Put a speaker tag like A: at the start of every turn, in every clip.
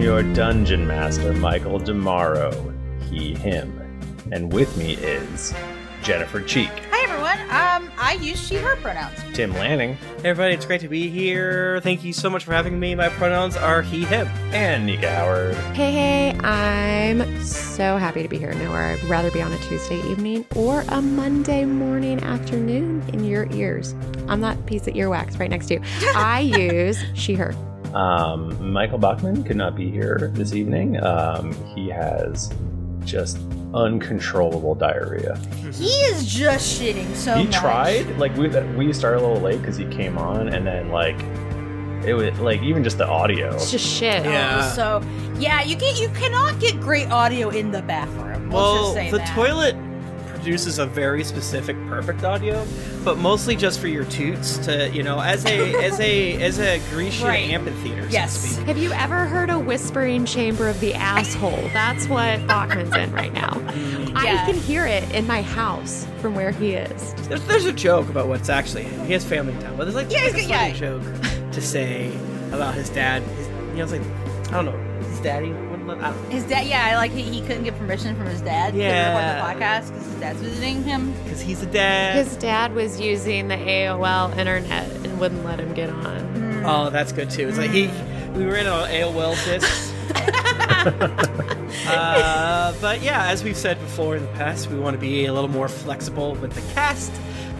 A: your dungeon master, Michael Demaro. He, him. And with me is Jennifer Cheek,
B: Hi everyone. Um, I use she/her pronouns.
A: Tim Lanning,
C: Hey everybody, it's great to be here. Thank you so much for having me. My pronouns are he, him.
A: and Nika Howard.
D: Hey, hey, I'm so happy to be here. Nowhere I'd rather be on a Tuesday evening or a Monday morning afternoon in your ears. I'm that piece of earwax right next to you. I use she, her.
A: Um, Michael Bachman could not be here this evening. Um, he has just uncontrollable diarrhea.
C: Mm-hmm.
B: He is just shitting so
D: Oh,
A: he
B: much.
A: tried, like we we started a little late because he came on, and then like it was like even just the audio.
D: It's just shit.
B: Oh,
C: Yeah.
B: So yeah, you get you cannot get great audio in the bathroom. We'll,
C: Well,
B: just say
C: the
B: that.
C: toilet produces a very specific perfect audio, but mostly just for your toots to, you know, as a as a as a Grecian
B: Right.
C: amphitheater. so to
B: Yes.
C: speak.
D: Have you ever heard a whispering chamber of the asshole? That's what Bachman's in right now.
B: Yeah.
D: I can hear it in my house from where he is.
C: There's, there's a joke about what's actually him. He has family in town, but there's like,
B: Yeah,
C: like a
B: he's
C: funny
B: got-
C: joke to say about his dad. His, you know, it's like I don't know, his daddy. What, I don't
B: His dad. Yeah, I like he, he couldn't get permission from his dad. to record
C: Yeah.
B: the podcast because his dad's visiting him.
C: because he's a dad.
D: His dad was using the AOL internet and wouldn't let him get on.
C: Oh, that's good too. It's like he, we were in on AOL discs. uh, but yeah, as we've said before in the past, we want to be a little more flexible with the cast.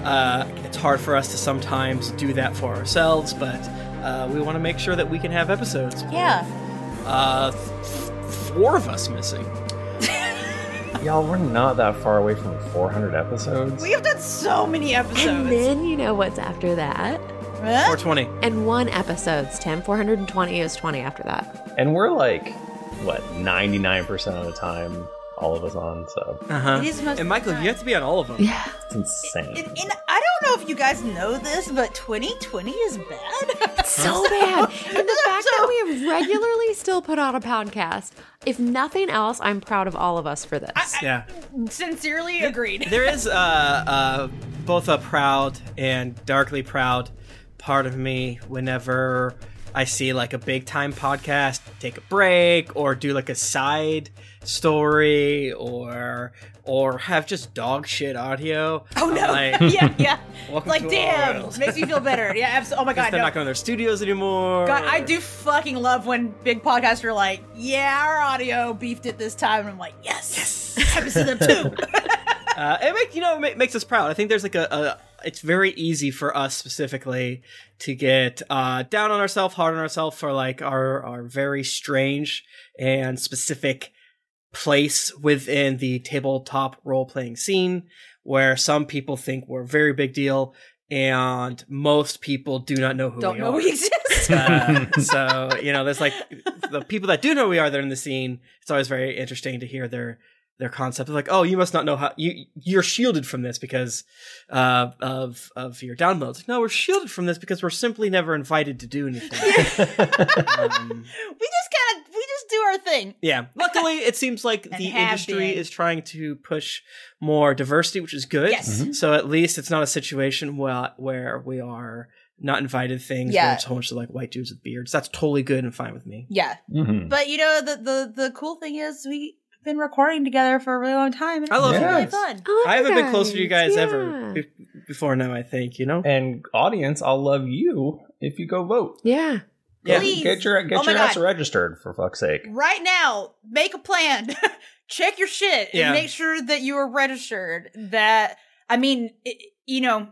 C: Uh, it's hard for us to sometimes do that for ourselves, but uh, we want to make sure that we can have episodes. with,
B: Yeah.
C: Uh, f- four of us missing.
A: Y'all, we're not that far away from 400 episodes.
B: We have done so many
D: And
B: episodes.
D: then you know what's after that?
B: Huh?
C: 420.
D: And one episode's 10. 420 is 20 after that.
A: And we're like, what, 99% of the time, all of us on, so
C: Uh-huh.
B: It is most
C: And Michael,
B: of the
C: you have to be on all of them.
D: Yeah.
A: it's insane.
B: And, and I don't know if you guys know this, but 2020 is bad.
D: So bad. And the fact
B: So-
D: that we have regularly still put out a podcast, if nothing else, I'm proud of all of us for this.
C: Yeah.
B: Sincerely agreed.
C: There is uh, uh, both a proud and darkly proud part of me whenever I see like a big time podcast take a break or do like a side story or or have just dog shit audio.
B: Oh no!
C: Like,
B: yeah, yeah.
C: Welcome to
B: like
C: our
B: damn,
C: world.
B: makes me feel better. Yeah, absolutely. Oh my god,
C: they're
B: no.
C: not going to their studios anymore.
B: God, I do fucking love when big podcasts are like, yeah, our audio beefed it this time. And I'm like, yes, yes, episode two.
C: Uh, it make, you know it ma- makes us proud. I think there's like a, a it's very easy for us specifically to get uh, down on ourselves, hard on ourselves for like our our very strange and specific place within the tabletop role playing scene, where some people think we're a very big deal, and most people do not know who
B: Don't
C: we
B: know
C: are.
B: we exist.
C: Uh, so you know, there's like the people that do know who we are. They're in the scene. It's always very interesting to hear their their concept. They're like, oh, you must not know how you you're shielded from this because uh, of of your downloads. Like, no, we're shielded from this because we're simply never invited to do anything.
B: we
C: um,
B: just kind of, we just do our thing.
C: yeah. Luckily, it seems like
B: And
C: the
B: have
C: industry
B: been.
C: is trying to push more diversity, which is good.
B: Yes.
C: So at least it's not a situation where where we are not invited to things
B: Yeah.
C: where it's a whole bunch of like white dudes with beards. That's totally good and fine with me.
B: Yeah.
C: Hmm.
A: Mhm.
B: But you know, the, the, the cool thing is we've been recording together for a really long time. And
C: I love
B: it's
A: you
B: really
A: guys.
B: fun.
D: I love
C: I
D: you
C: haven't been closer to you guys
D: yeah.
C: ever be- before now. I think you know.
A: And audience, I'll love you if you go vote.
D: Yeah.
A: Go-
B: Please.
A: Get your get
B: Oh my
A: your ass
B: God.
A: registered for fuck's sake.
B: Right now, make a plan. Check your shit
C: Yeah.
B: and make sure that you are registered. That I mean, it, you know,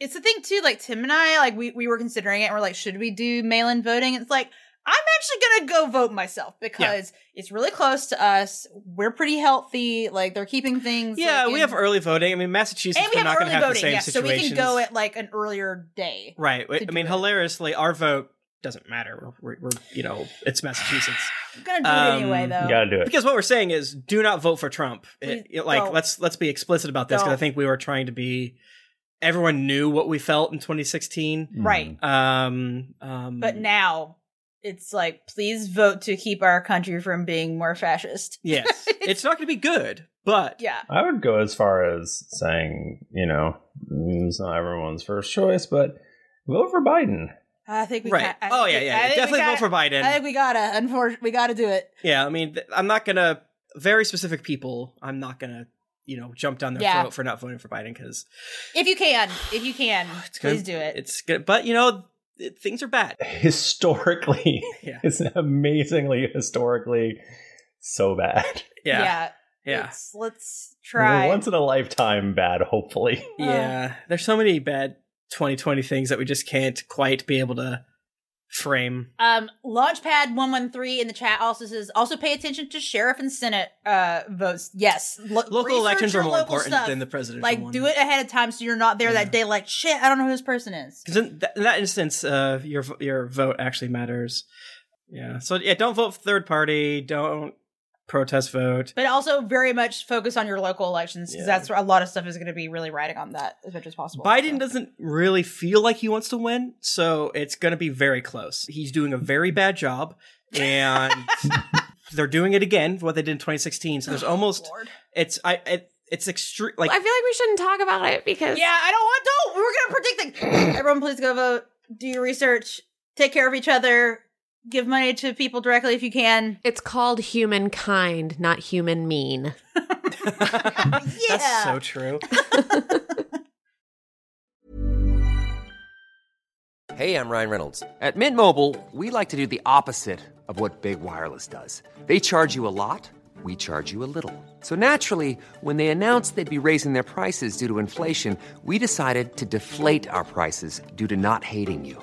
B: it's the thing too. Like Tim and I, like we we were considering it. and We're like, should we do mail-in voting? It's like I'm actually gonna go vote myself because it's really close to us. We're pretty healthy. Like they're keeping things.
C: Yeah,
B: like,
C: we
B: in-
C: have early voting. I mean, Massachusetts
B: and we
C: we're
B: have
C: not
B: early
C: going to have the
B: voting.
C: same
B: Yeah, so we
C: situations.
B: can go at like an earlier day.
C: right. I
B: to
C: mean,
B: do it.
C: hilariously, our vote doesn't matter. We're, we're you know, it's Massachusetts.
B: I'm gonna do it anyway
C: Um,
B: though.
A: You gotta do it.
C: because what we're saying is do not vote for trump It-
B: Please
C: it- like
B: don't.
C: let's let's be explicit about this because i
B: Don't.
C: think we were trying to be everyone knew what we felt in 2016
A: Mm.
B: Right.
C: um, um
B: But now it's like, please vote to keep our country from being more fascist.
C: yes it's not gonna be good but
B: Yeah.
A: I would go as far as mm, saying, you know, it's not everyone's first choice, but vote for Biden.
B: I think we
C: right.
B: Can, I
C: oh yeah,
B: think- I
C: yeah.
B: think we
C: Definitely vote
B: gotta-
C: for Biden.
B: I think we gotta. Unfortunately, we gotta do it.
C: yeah, I mean, th- I'm not gonna very specific people. I'm not gonna you know jump down their
B: Yeah.
C: throat for not voting for Biden because
B: If you can, if you can,
C: It's gonna-
B: please do it.
C: it's good. But you know, th- things are bad.
A: Historically,
C: Yeah,
A: it's amazingly historically so bad.
C: yeah, yeah,
B: Let's, let's try.
A: Once in a lifetime bad, hopefully.
B: Uh.
C: yeah. There's so many bad 2020 things that we just can't quite be able to frame.
B: Um, Launchpad one one three in the chat also says also pay attention to sheriff and senate uh votes. Yes, Lo-
C: Local
B: research
C: elections
B: your
C: are more
B: local
C: important
B: stuff.
C: than the presidential.
B: like
C: one.
B: do it ahead of time so you're not there
C: Yeah.
B: that day. Like shit, I don't know who this person is.
C: Because in, th- in that instance, uh, your v- your vote actually matters. Yeah. So yeah, don't vote for third party. Don't protest vote.
B: But also very much focus on your local elections because
C: Yeah.
B: that's where a lot of stuff is going to be really riding on that as much as possible.
C: Biden doesn't really feel like he wants to win, so it's going to be very close. He's doing a very bad job, and they're doing it again. What they did in 2016. So there's almost
B: Oh, Lord.
C: it's I it, it's extreme. Like
D: I feel like we shouldn't talk about it because
B: Yeah, I don't want. Don't. We're gonna predict things. Everyone, please go vote. Do your research. Take care of each other. Give money to people directly if you can.
D: it's called humankind, not human mean.
B: Yeah.
C: that's so true.
E: Hey, I'm Ryan Reynolds. At Mint Mobile, we like to do the opposite of what Big Wireless does. They charge you a lot, we charge you a little. So naturally, when they announced they'd be raising their prices due to inflation, we decided to deflate our prices due to not hating you.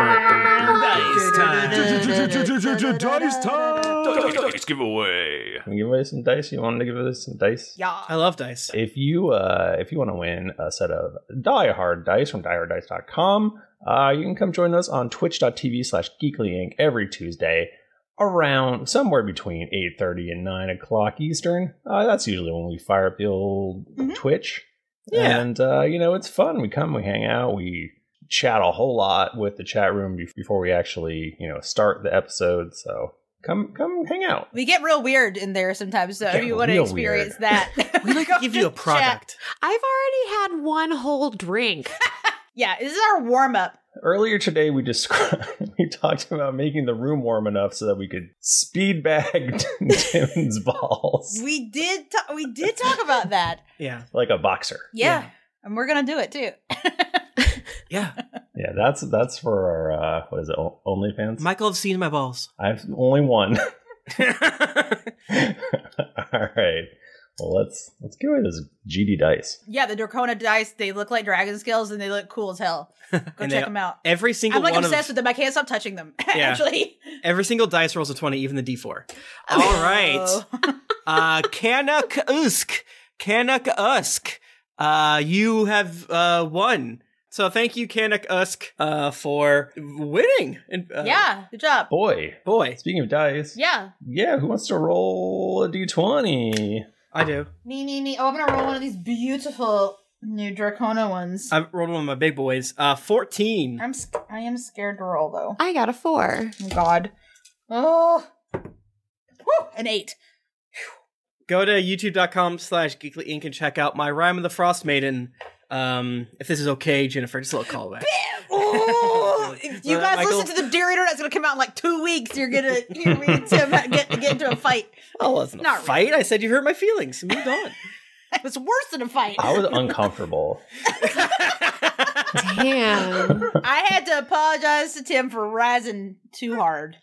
C: Dice time.
F: Dice giveaway.
A: Can we give away some dice? You wanted to give us some dice?
B: Yeah.
C: I love dice.
A: If you uh, if you want to win a set of Die Hard dice from dieharddice.com, uh, you can come join us on twitch.tv slash geeklyinc every Tuesday around somewhere between 8.30 and 9 o'clock Eastern. Uh, that's usually when we fire up the old
B: Mhm.
A: Twitch.
C: Mm-hmm. Yeah.
A: And, uh, you know, it's fun. We come, we hang out, we chat a whole lot with the chat room be- before we actually, you know, start the episode. So come come hang out.
B: We get real weird in there sometimes, so
A: We
B: if
A: get
B: you want to
A: real
B: experience
A: weird.
B: that,
C: We like to
B: go
C: give you a
B: chat.
C: product.
D: I've already had one whole drink.
B: Yeah, this is our warm up.
A: Earlier today, we described we talked about making the room warm enough so that we could speed bag Tim's balls
B: We did ta- we did talk about that.
C: Yeah.
A: like a boxer.
B: Yeah.
C: Yeah.
B: and we're gonna do it too.
C: Yeah.
A: Yeah, that's that's for our uh, what is it? O- OnlyFans.
C: Michael have seen my balls.
A: I've only one. All right. Well, let's let's give away this GD dice.
B: yeah, the Dracona dice they look like dragon scales and they look cool as hell. Go check
C: And they-
B: them out.
C: Every single
B: I'm like
C: one
B: obsessed
C: of
B: with them. I can't stop touching them.
C: Yeah.
B: Actually,
C: every single dice rolls a twenty, even the D four. All right,
B: Oh.
C: uh, Canuck Usk, Canuck Usk. Uh, you have uh, won. So thank you, Kanik Usk, uh, for winning. And, uh,
B: yeah, good job.
A: Boy.
C: Boy.
A: Speaking of dice.
B: Yeah.
A: Yeah, who wants to roll a d20?
C: I do.
B: Me, me, me. Oh, I'm gonna roll one of these beautiful new Dracona ones.
C: I've rolled one of my big boys. Uh, 14.
B: I'm sc- I am scared to roll though.
D: I got a four.
B: God. Oh. Whew, an eight.
C: Go to youtube.com slash geekly inc and check out my Rhyme of the Frost Maiden. Um, if this is okay, Jennifer, just a little callback.
B: Oh, if you
C: Uh,
B: guys
C: Michael?
B: listen to the Dare Internet's gonna come out in like two weeks. You're gonna you're gonna Tim get get into a fight.
C: Oh, wasn't
B: Not
C: a fight. I said you hurt my feelings. Moved on.
B: It was worse than a fight.
A: I was uncomfortable.
D: Damn.
B: I had to apologize to Tim for rising too hard.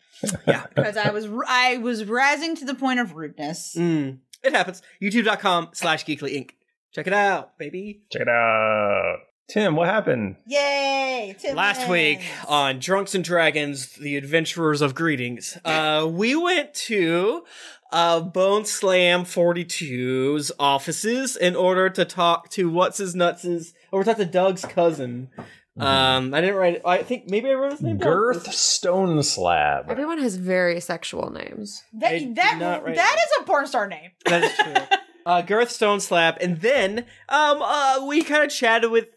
C: Yeah.
B: because I was I was rising to the point of rudeness.
C: Mm, it happens. YouTube.com slash geekly inc. Check it out, baby.
A: Check it out. Tim, what happened?
B: Yay! Tim
C: Last week on Drunks and Dragons, The Adventurers of Greetings, uh, we went to uh, Bone Slam 42's offices in order to talk to What's His Nuts' or we talked to Doug's cousin. Um, I didn't write it. I think maybe I wrote his name down.
A: Mm-hmm. Girth Stone Slab.
D: Everyone has very sexual names.
C: I
B: That
C: did
B: that,
C: not write
B: that
C: it.
B: is a porn star name.
C: That is true. uh, Girth Stone Slap, and then um, uh, we kind of chatted with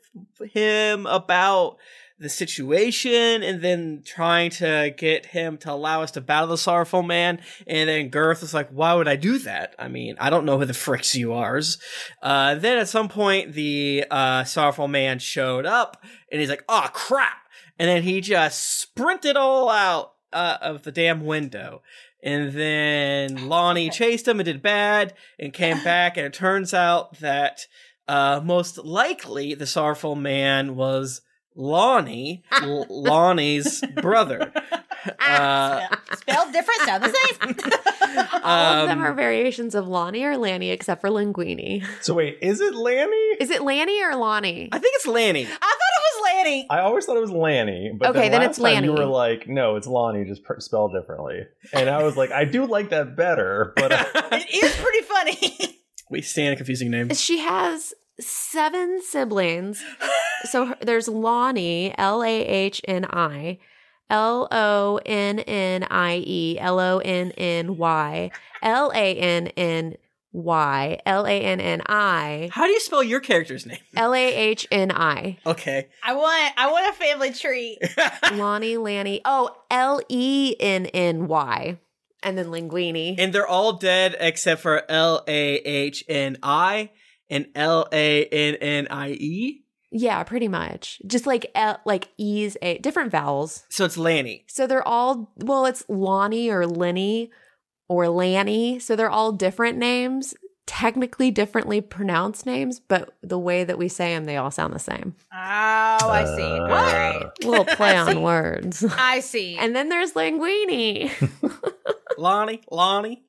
C: him about the situation, and then trying to get him to allow us to battle the Sorrowful Man. And then Girth was like, "Why would I do that? I mean, I don't know who the fricks you are." Uh, then at some point, the uh, Sorrowful Man showed up, and he's like, "Oh crap!" And then he just sprinted all out uh, of the damn window. And then Lonnie chased him and did bad and came back. And it turns out that uh, most likely the sorrowful man was Lonnie, L- Lonnie's brother. Uh,
B: Spelled different, sound the same.
D: All of them
C: um,
D: are variations of Lonnie or Lanny, except for Linguini.
A: So wait, is it Lanny?
D: Is it Lanny or Lonnie?
C: I think it's Lanny.
B: I thought it was Lanny.
A: I always thought it was Lanny, but
D: Okay,
A: then,
D: then
A: last
D: it's
A: time You
D: Lanny.
A: were like, no, it's Lonnie, just pr- spelled differently, and I was like, I do like that better, but uh,
B: It is pretty funny.
C: We stand a confusing name.
D: She has seven siblings. so her- there's Lonnie, L A H N I, L O N N I E, L O N N Y, L A N N Y, L A N N I,
C: How do you spell your character's name?
D: L A H N I.
C: Okay.
B: I want I want a family tree.
D: Lonnie, Lanny. Oh, L E N N Y. And then Linguini.
C: And they're all dead except for L A H N I and L A N N I E.
D: yeah, pretty much. Just like L, like E's, A, different vowels.
C: So it's Lanny.
D: So they're all, well, it's Lonnie or Lenny or Lanny. So they're all different names, technically differently pronounced names, but the way that we say them, they all sound the same.
B: Oh, I see.
G: Uh,
B: All
C: Uh.
B: right.
D: Little play on words.
B: I see.
D: And then there's Linguini.
C: Lonnie, Lonnie,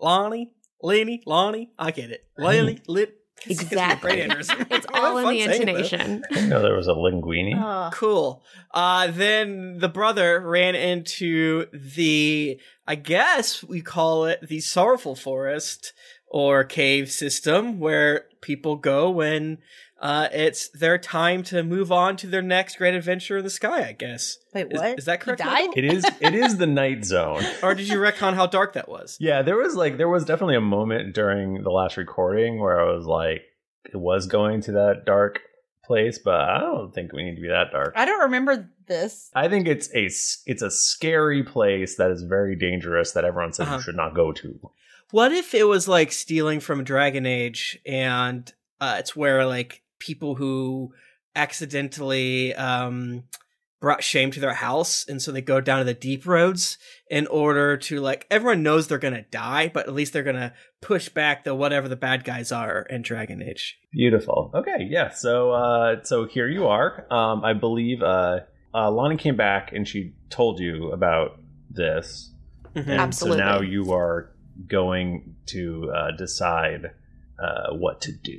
C: Lonnie, Lenny, Lonnie. I get it. Lenny, lit.
D: Exactly.
C: Brad Anderson.
D: It's all in
C: Fun
D: the
C: saying, though.
D: intonation.
A: I didn't know there was a linguini.
D: Oh.
B: Ugh.
C: Cool. Uh, then the brother ran into the, I guess we call it the sorrowful forest or cave system where people go when uh, it's their time to move on to their next great adventure in the sky, I guess.
B: Wait,
C: Is-
B: what?
C: is that
B: He
C: correct,
B: died?
A: It is. It is the night zone.
C: Or did you recon how dark that was?
A: Yeah, there was like there was definitely a moment during the last recording where I was like, it was going to that dark place, but I don't think we need to be that dark.
B: I don't remember this.
A: I think it's a s- it's a scary place that is very dangerous that everyone says
C: Uh-huh.
A: you should not go to.
C: What if it was like stealing from Dragon Age and uh, it's where like people who accidentally um, brought shame to their house and so they go down to the deep roads in order to like everyone knows they're gonna die, but at least they're gonna push back the whatever the bad guys are in Dragon Age.
A: Beautiful. Okay, yeah. So uh so here you are. Um I believe uh uh Lonnie came back and she told you about this. And
D: Absolutely.
A: so now you are going to uh decide uh what to do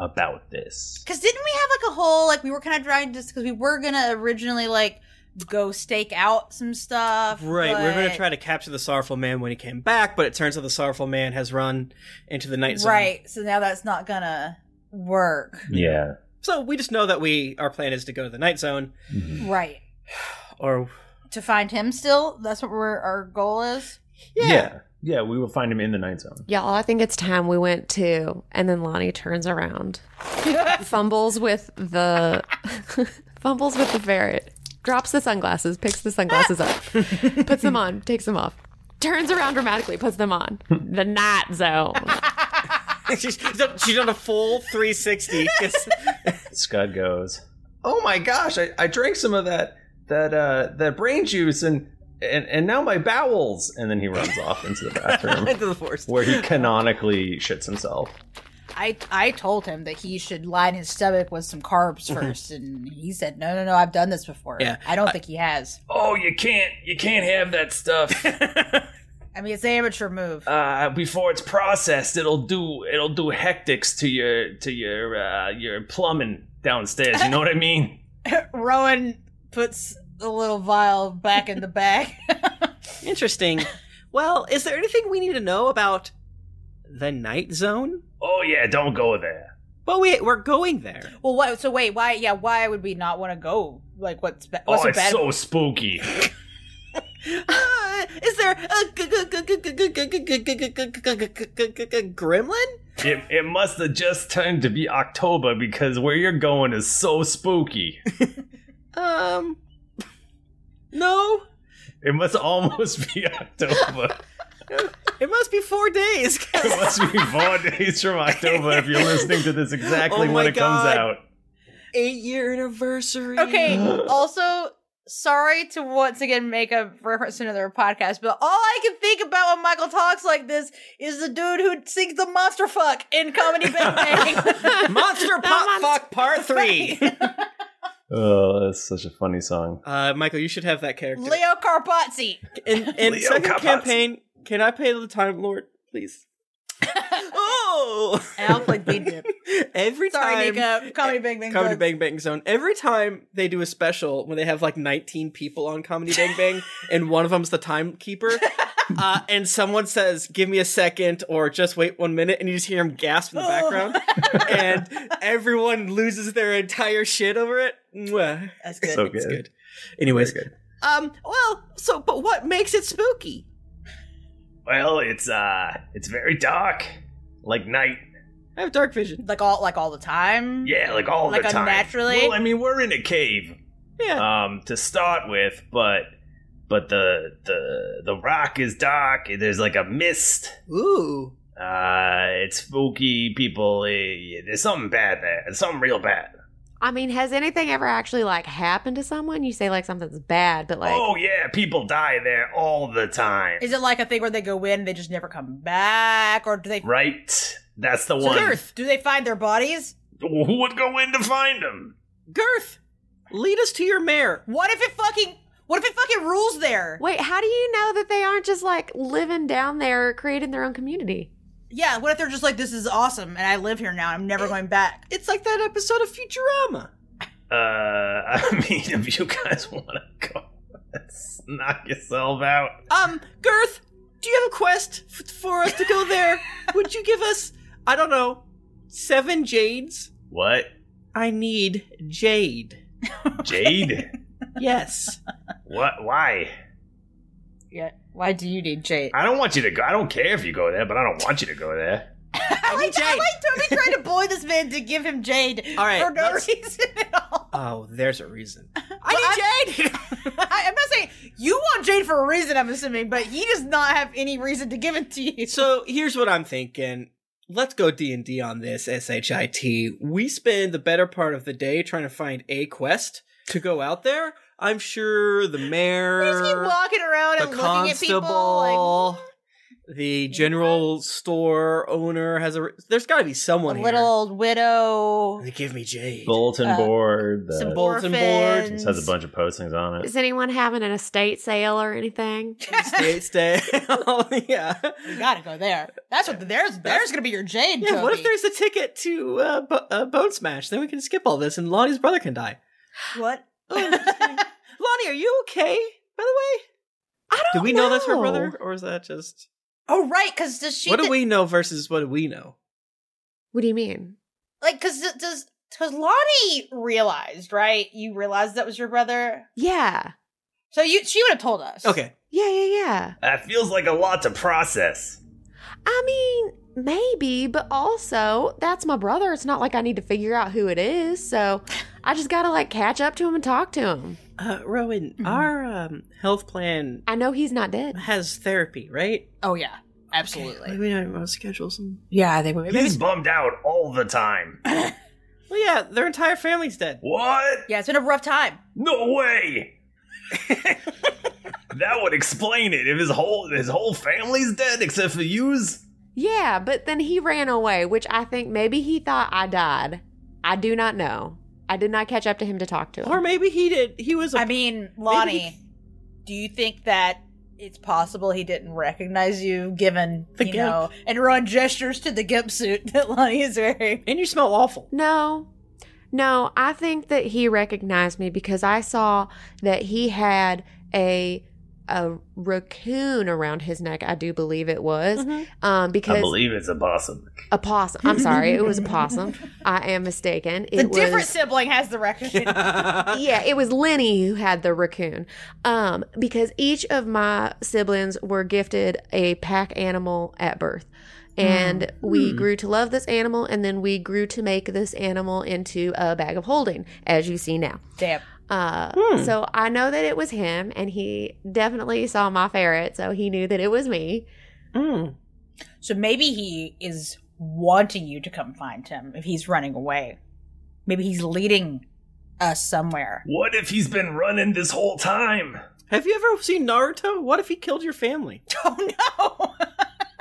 A: about this.
B: Because didn't we have like a whole like we were kind of trying just because we were gonna originally like go stake out some stuff.
C: Right, we're gonna
B: but-
C: try to capture the sorrowful man when he came back, but it turns out the sorrowful man has run into the night zone.
B: Right. So now that's not gonna work.
A: Yeah.
C: So we just know that we our plan is to go to the night zone,
B: Right.
C: or
B: To find him still, that's what we're, our goal is.
A: yeah. Yeah. we will find him in the night zone.
D: Y'all, I think it's time we went to. And then Lonnie turns around, fumbles with the fumbles with the ferret, drops the sunglasses, picks the sunglasses up, puts them on, takes them off, turns around dramatically, puts them on. The night zone.
C: she's, she's done a full 360. It's-
A: Scud goes, "Oh my gosh, I, I drank some of that that uh that brain juice and and and now my bowels." And then he runs off into the bathroom
C: Into the forest.
A: where he canonically shits himself.
B: I I told him that he should line his stomach with some carbs first, and he said, "No, no, no, I've done this before.
A: Yeah.
B: I don't think he has.
H: Oh, you can't you can't have that stuff.
B: I mean, it's an amateur move.
H: uh, before it's processed, it'll do it'll do hectics to your to your uh, your plumbing downstairs. You know what I mean?
B: Rowan puts the little vial back in the bag.
C: Interesting. Well, is there anything we need to know about the night zone?
H: Oh yeah, don't go there.
C: Well, we we're going there.
B: well, what? So wait, why? Yeah, why would we not want to go? Like, what's ba- what's
H: oh,
B: so
H: it's
B: bad?
H: so spooky.
C: Uh, Is there a g- g- g- g- g- g- g- g- g- g- g- g- g- g- g- g- gremlin?
H: it it must have just turned to be October because where you're going is so spooky.
C: Um, no.
H: It must almost be October.
C: It must be four days.
H: It must be four days from October if you're listening to this exactly
C: Oh
H: when
C: my
H: it comes
C: God.
H: out.
C: Eight year anniversary.
B: Okay. also, sorry to once again make a reference to another podcast, but all I can think about when Michael talks like this is the dude who sings the monster fuck in Comedy Bang Bang.
C: monster pop fuck part three.
A: Oh, that's such a funny song.
C: Uh, Michael, you should have that character.
B: Leo Carpazzi.
C: In, in
A: Leo
C: second
A: Capazzi.
C: campaign, can I pay the time lord, please? oh,
B: I'll play Bean Dip.
C: every
B: Sorry,
C: time.
B: Nico. Comedy Bang Bang.
C: Comedy
B: plugs.
C: Bang Bang Zone. Every time they do a special, when they have like 19 people on Comedy Bang Bang, and one of them's the timekeeper, uh, and someone says, "Give me a second or "Just wait one minute," and you just hear him gasp in the background,
B: Oh.
C: and everyone loses their entire shit over it. Mwah.
B: That's good.
A: So good.
C: It's good. Anyways,
A: Very good.
C: um, well, so but what makes it spooky?
H: Well, it's uh, it's very dark, like night.
C: I have dark vision.
B: Like all like all the time.
H: Yeah, like all
B: Like
H: the time.
B: unnaturally?
H: Well, I mean, we're in a cave.
C: Yeah.
H: Um, to start with, but but the the the rock is dark. There's like a mist.
C: Ooh.
H: Uh, it's spooky. People, eh, there's something bad there. There's something real bad.
D: I mean, has anything ever actually like happened to someone? You say like something's bad, but like
H: oh yeah, people die there all the time.
B: Is it like a thing where they go in and they just never come back, or do they?
H: right? That's the
B: So
H: one.
B: Girth, Do they find their bodies?
H: Who would go in to find them?
C: Girth, lead us to your mare.
B: What if it fucking? What if it fucking rules there?
D: Wait, how do you know that they aren't just like living down there, creating their own community?
B: Yeah. What if they're just like, this is awesome, and I live here now. I'm never going back.
C: It's like that episode of Futurama.
H: Uh, I mean, if you guys want to go, let's knock yourself out.
C: Um, Girth, do you have a quest f- for us to go there? Would you give us, I don't know, seven jades?
H: What?
C: I need jade.
H: Jade?
C: Yes.
H: what? Why?
B: Yeah. Why do you need Jade?
H: I don't want you to go. I don't care if you go there, but I don't want you to go there.
C: I need
B: I
C: jade.
B: like totally trying to bully this man to give him Jade
C: All right,
B: for no
C: let's-
B: reason at all.
C: Oh, there's a reason.
B: I need Jade. I, I'm not saying you want Jade for a reason. I'm assuming, but he does not have any reason to give it to you.
C: So here's what I'm thinking. Let's go D and D on this shit. We spend the better part of the day trying to find a quest to go out there. I'm sure the
B: We just keep
C: mayor,
B: walking around
C: the
B: and looking at people.
C: constable, the general store owner has a. re- There's got to be someone
B: Like, a
C: here.
B: little old widow.
C: They give me jade.
A: Bulletin
B: Uh,
A: board. The,
B: Some
C: bull- bulletin board.
B: orphans.
A: just has a bunch of postings on it.
D: Is anyone having an estate sale or anything?
C: Stay, stay. oh, yeah.
B: You gotta go there. That's what there's. There's gonna be your Jade.
C: Yeah. What if
B: Toby.
C: there's a ticket to uh, bo- uh, Bone Smash? Then we can skip all this, and Lonnie's brother can die.
B: what?
C: Oh, Lonnie, are you okay? By the way,
D: I
C: do
D: don't
C: we know, that's her
D: know.
C: brother, or is that just
B: oh right, because does she?
C: what do
B: did-
C: we know versus what do we know?
D: What do you mean?
B: like because does because Lonnie realized right? You realized that was your brother,
D: Yeah.
B: so you she would have told us.
I: Okay.
D: Yeah, yeah, yeah.
I: That feels like a lot to process.
D: I mean, maybe, but also that's my brother. It's not like I need to figure out who it is. So I just gotta like catch up to him and talk to him.
C: Uh, Rowan,
B: Mm-hmm.
C: our um, health plan.
D: I know he's not dead.
C: Has therapy, right?
B: Oh yeah, absolutely.
C: Maybe I want to schedule some.
D: Yeah, they were.
I: He's bummed out all the time.
C: Well, yeah, their entire family's dead.
I: What?
B: Yeah, it's been a rough time.
I: No way. that would explain it if his whole his whole family's dead except for yous.
D: Yeah, but then he ran away, which I think maybe he thought I died. I do not know. I did not catch up to him to talk to him.
C: Or maybe he did. He was.
B: I mean, Lonnie, do you think that it's possible he didn't recognize you, given
C: The
B: you
C: gimp.
B: know? And Ron gestures to the gimp suit that Lonnie is wearing.
C: And you smell awful.
D: No. No, I think that he recognized me because I saw that he had a a raccoon around his neck. I do believe it was. Um, because
I: I believe it's a possum.
D: A possum. I'm sorry, it was a possum. I am mistaken. It
B: the different
D: was,
B: sibling has the record.
D: yeah, it was Lenny who had the raccoon. Um, because each of my siblings were gifted a pack animal at birth. And we
J: Hmm.
D: grew to love this animal, and then we grew to make this animal into a bag of holding, as you see now.
B: Damn.
D: Uh,
J: Hmm.
D: So I know that it was him, and he definitely saw my ferret, so he knew that it was me.
J: Hmm.
B: So maybe he is wanting you to come find him if he's running away. Maybe he's leading us somewhere.
I: What if he's been running this whole time?
C: Have you ever seen Naruto? What if he killed your family?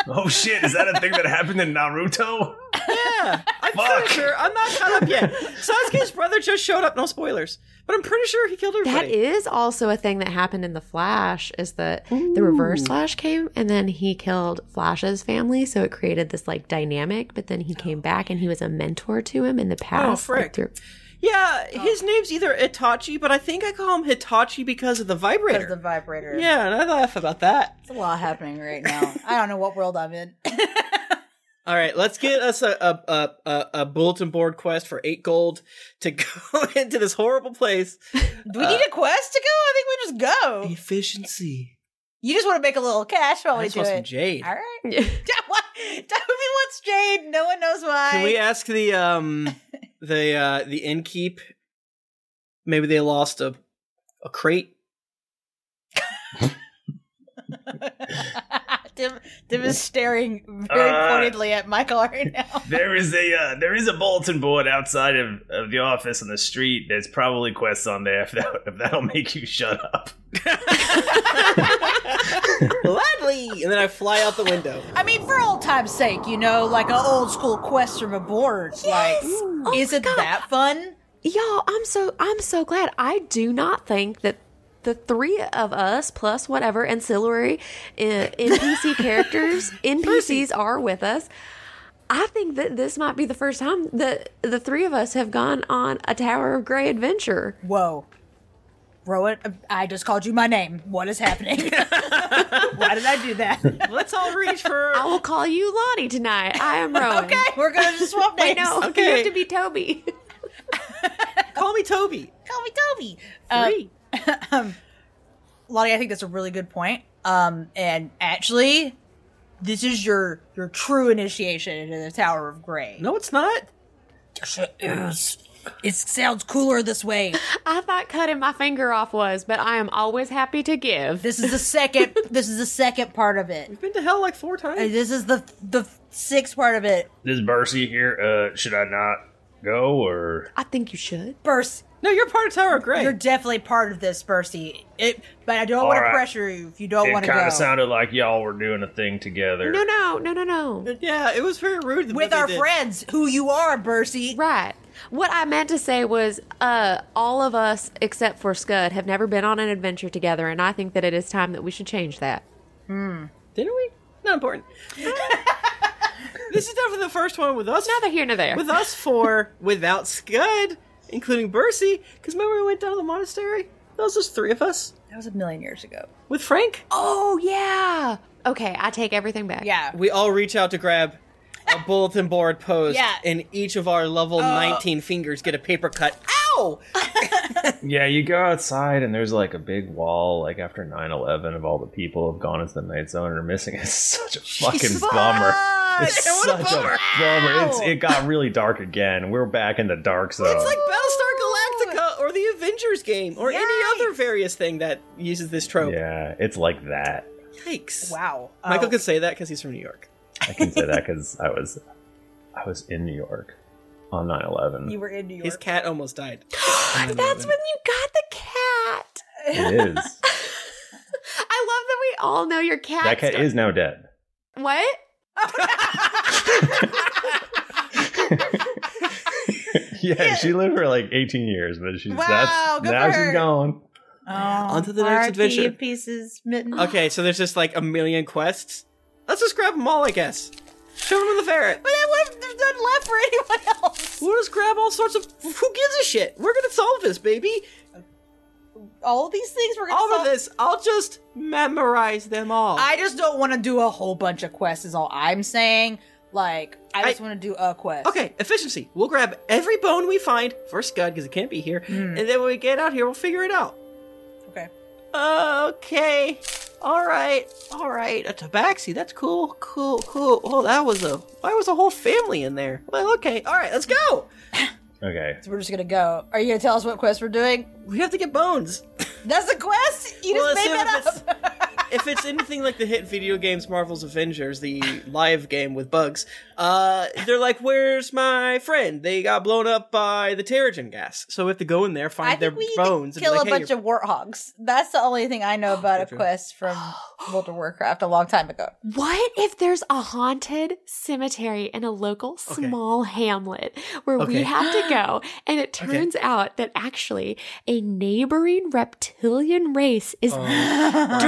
I: Oh shit, is that a thing that happened in Naruto?
C: I'm pretty sure. I'm not caught up yet. Sasuke's brother just showed up. No spoilers. But I'm pretty sure he killed
D: That
C: everybody.
D: is also a thing that happened in the Flash is that the reverse
C: Ooh.
D: Flash came and then he killed Flash's family, so it created this like dynamic. But then he came back and he was a mentor to him in the past. like,
C: Oh. frick.
D: through-
C: Yeah,
B: Oh.
C: his name's either Itachi, but I think I call him Hitachi because of the vibrator.
B: Because the vibrator.
C: Yeah, and I laugh about that.
B: It's a lot happening right now. I don't know what world I'm in.
C: All right, let's get us a a, a, a a bulletin board quest for eight gold to go into this horrible place.
B: Do we need a quest to go? I think we just go.
C: Uh, Efficiency.
B: You just want to make a little cash while
C: I
B: we
C: just
B: do
C: want
B: it.
C: some jade.
B: All right. Toby wants jade. No one knows why.
C: Can we ask the um the uh the innkeep? Maybe they lost a a crate.
B: Tim, Tim is staring very
I: Uh,
B: pointedly at Michael right now.
I: There is a uh, there is a bulletin board outside of, of the office on the street. There's probably quests on there if, that, if that'll make you shut up.
C: Gladly, and then I fly out the window.
B: I mean, for old time's sake, you know, like an old school quest from a board. Like, isn't that fun?
D: Oh Y'all, I'm so I'm so glad. I do not think that the three of us plus whatever ancillary uh, NPC characters NPCs are with us. I think that this might be the first time that the three of us have gone on a Tower of Grey adventure.
B: Whoa. Rowan, I just called you my name. What is happening? Why did I do that?
C: Let's all reach for.
D: I will call you Lottie tonight. I am Rowan.
B: Okay, we're gonna just swap
D: Wait,
B: names.
D: no, you
B: Okay.
D: have to be Toby.
C: Call me Toby.
B: Call me Toby. Three. Um, Lottie, I think that's a really good point. Um, and actually, this is your your true initiation into the Tower of Grey.
C: No, it's not.
B: Yes, it is. It sounds cooler this way.
D: I thought cutting my finger off was, but I am always happy to give.
B: This is the second. this is the second part of it. We've
C: been to hell like four times.
B: this is the the sixth part of it.
I: This Bercy here, uh, should I not go or
D: I think you should.
B: Burst.
C: No, you're part of Tower of Grey.
B: You're definitely part of this, Bursty. It, but I don't want
I: All
B: to
I: right.
B: pressure you if you don't
I: it
B: want to
I: kinda
B: go.
I: sounded like y'all were doing a thing together.
D: no, no, no, no.
C: Yeah, it was very rude.
B: With our friends, who you are, Bercy.
D: Right. What I meant to say was, uh, all of us except for Scud have never been on an adventure together, and I think that it is time that we should change that.
C: Hmm. Didn't we? Not important. this is definitely the first one with us.
D: Neither here nor there.
C: With us four, without Scud, including Bercy. Because remember we went down to the monastery? That was just three of us.
B: That was a million years ago.
C: With Frank?
D: Oh yeah. Okay, I take everything back.
B: Yeah.
C: We all reach out to grab a bulletin board post,
B: Yeah.
C: and each of our level
B: Oh.
C: 19 fingers get a paper cut. Ow!
A: Yeah, you go outside and there's like a big wall, like after 9 11, of all the people who have gone into the night zone and are missing. It's such a fucking bummer. It's
C: What a
A: such a
C: bummer.
A: bummer. It's, it got really dark again. We're back in the dark zone.
C: It's like
B: Oh.
C: Battlestar Galactica or the Avengers game or any other various thing that uses this trope.
A: yeah, it's like that.
C: Yikes.
B: Wow.
C: Michael could say that because he's from New York.
A: I can say that because I was, I was in New York on 9 11.
B: You were in New York.
C: His cat almost died.
D: That's when you got the cat.
A: It is.
D: I love that we all know your cat.
A: that cat
D: story.
A: is now dead.
D: What?
A: Yeah, she lived for like 18 years, but she's
B: Wow,
A: that's
B: good
A: now
B: for her.
A: she's gone.
B: Oh,
C: Onto the next
B: RP
C: adventure.
B: in Pieces, mitten.
C: Okay, so there's just like a million quests. Let's just grab them all, I guess. Show them the ferret.
B: But then what if there's none left for anyone else?
C: We'll just grab all sorts of. Who gives a shit? We're gonna solve this, baby.
B: All these things we're gonna
C: All of
B: solve-
C: this. I'll just memorize them all.
B: I just don't want to do a whole bunch of quests. Is all I'm saying. Like I just want to do a quest.
C: Okay, efficiency. We'll grab every bone we find for Scud because it can't be here, and then when we get out here, we'll figure it out.
B: Hmm. Okay.
C: Okay. All right. All right. A tabaxi. That's cool. Cool. Cool. Well, that was a. Why was a whole family in there? Well, okay. All right. Let's go.
A: Okay.
B: So we're just gonna go. Are you gonna tell us what quest we're doing?
C: We have to get bones.
B: That's a quest. You just
C: Well, let's
B: made that
C: see
B: up.
C: if it's anything like the hit video games Marvel's Avengers, the live game with bugs, uh, they're like, "Where's my friend?" They got blown up by the pterogen gas, so we have to go in there, find
B: I
C: their
B: think we need
C: bones,
B: to
C: and be
B: kill
C: like,
B: a
C: "Hey,
B: bunch
C: your-
B: of warthogs. That's the only thing I know about a
C: true.
B: quest from World of Warcraft a long time ago.
D: What if there's a haunted cemetery in a local small hamlet where we
B: Okay.
D: have to go? And it
B: Okay.
D: turns out that actually a neighboring reptilian race is
B: Oh.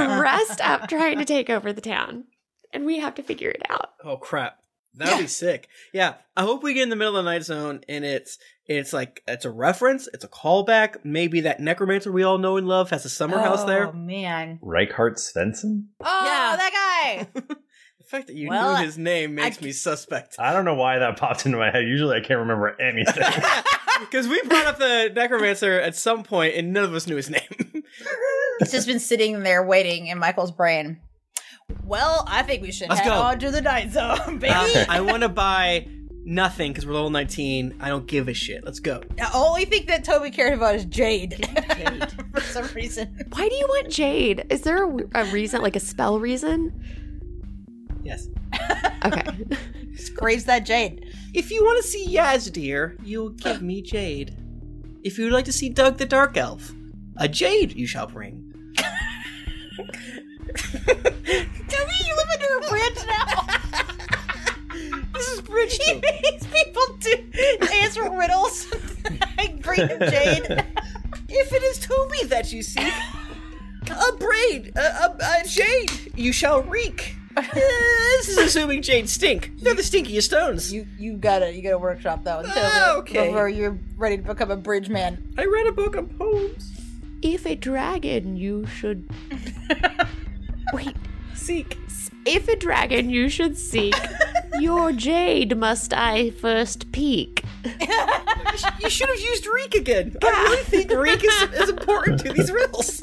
D: dressed up trying to take over the town. And we have to figure it out.
C: Oh crap. That'd be sick. Yeah. I hope we get in the middle of the night zone and it's it's like it's a reference, it's a callback. Maybe that necromancer we all know and love has a summer house
B: Oh
C: there.
B: man.
A: Reichard Svensson?
B: Oh, that guy.
C: The fact that you
B: Well,
C: knew his name makes me suspect.
A: I don't know why that popped into my head. Usually I can't remember anything.
C: Because we brought up the necromancer at some point and none of us knew his name.
B: it's just been sitting there waiting in Michael's brain. Well, I think we should
C: Let's
B: head
C: go.
B: on to the night zone, baby.
C: Um, I want to buy nothing because we're level 19. I don't give a shit. Let's go.
B: The only thing that Toby cared about is Jade. For some reason.
D: Why do you want Jade? Is there a, a reason, like a spell reason?
C: Yes.
B: Graves that Jade.
C: If you want to see Yaz, dear, you'll give me Jade. If you'd like to see Doug the Dark Elf, a Jade you shall bring.
B: Toby, you live under a bridge now.
C: this is bridge.
B: He makes people do answer riddles. and bring him Jade.
C: If it is Toby that you seek, a braid, a, a, a Jade you shall reek. Uh, this is assuming Jade stink. They're the stinkiest stones.
B: You you gotta you gotta workshop that one. Toby,
C: Ah, okay.
B: Before you're ready to become a bridge man.
C: I read a book of poems.
D: If a dragon, you should. Wait.
C: Seek.
D: If a dragon, you should seek. Your jade must I first peek.
C: You should have used reek again. I really think reek is, is important to these riddles.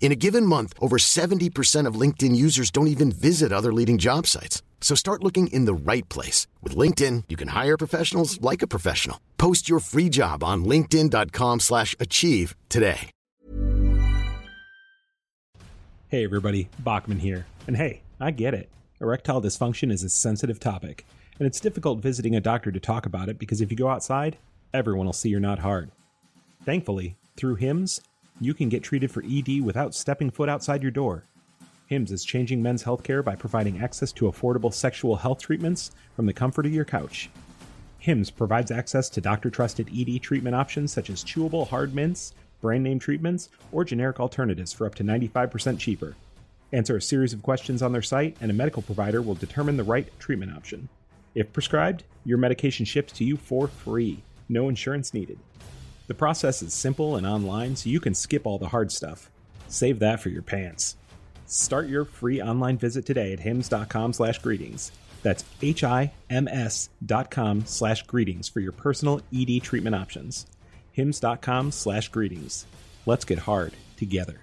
J: In a given month, over 70% of LinkedIn users don't even visit other leading job sites. So start looking in the right place. With LinkedIn, you can hire professionals like a professional. Post your free job on linkedin.com/achieve slash achieve today.
K: Hey, everybody, Bachman here. And hey, I get it. Erectile dysfunction is a sensitive topic, and it's difficult visiting a doctor to talk about it because if you go outside, everyone will see you're not hard. Thankfully, through HIMS, you can get treated for ED without stepping foot outside your door. HIMS is changing men's healthcare by providing access to affordable sexual health treatments from the comfort of your couch. HIMS provides access to doctor trusted ED treatment options such as chewable hard mints, brand name treatments, or generic alternatives for up to 95% cheaper. Answer a series of questions on their site, and a medical provider will determine the right treatment option. If prescribed, your medication ships to you for free, no insurance needed. The process is simple and online, so you can skip all the hard stuff. Save that for your pants. Start your free online visit today at hims.com slash greetings. That's H-I-M-S dot com slash greetings for your personal ED treatment options. hims.com slash greetings. Let's get hard together.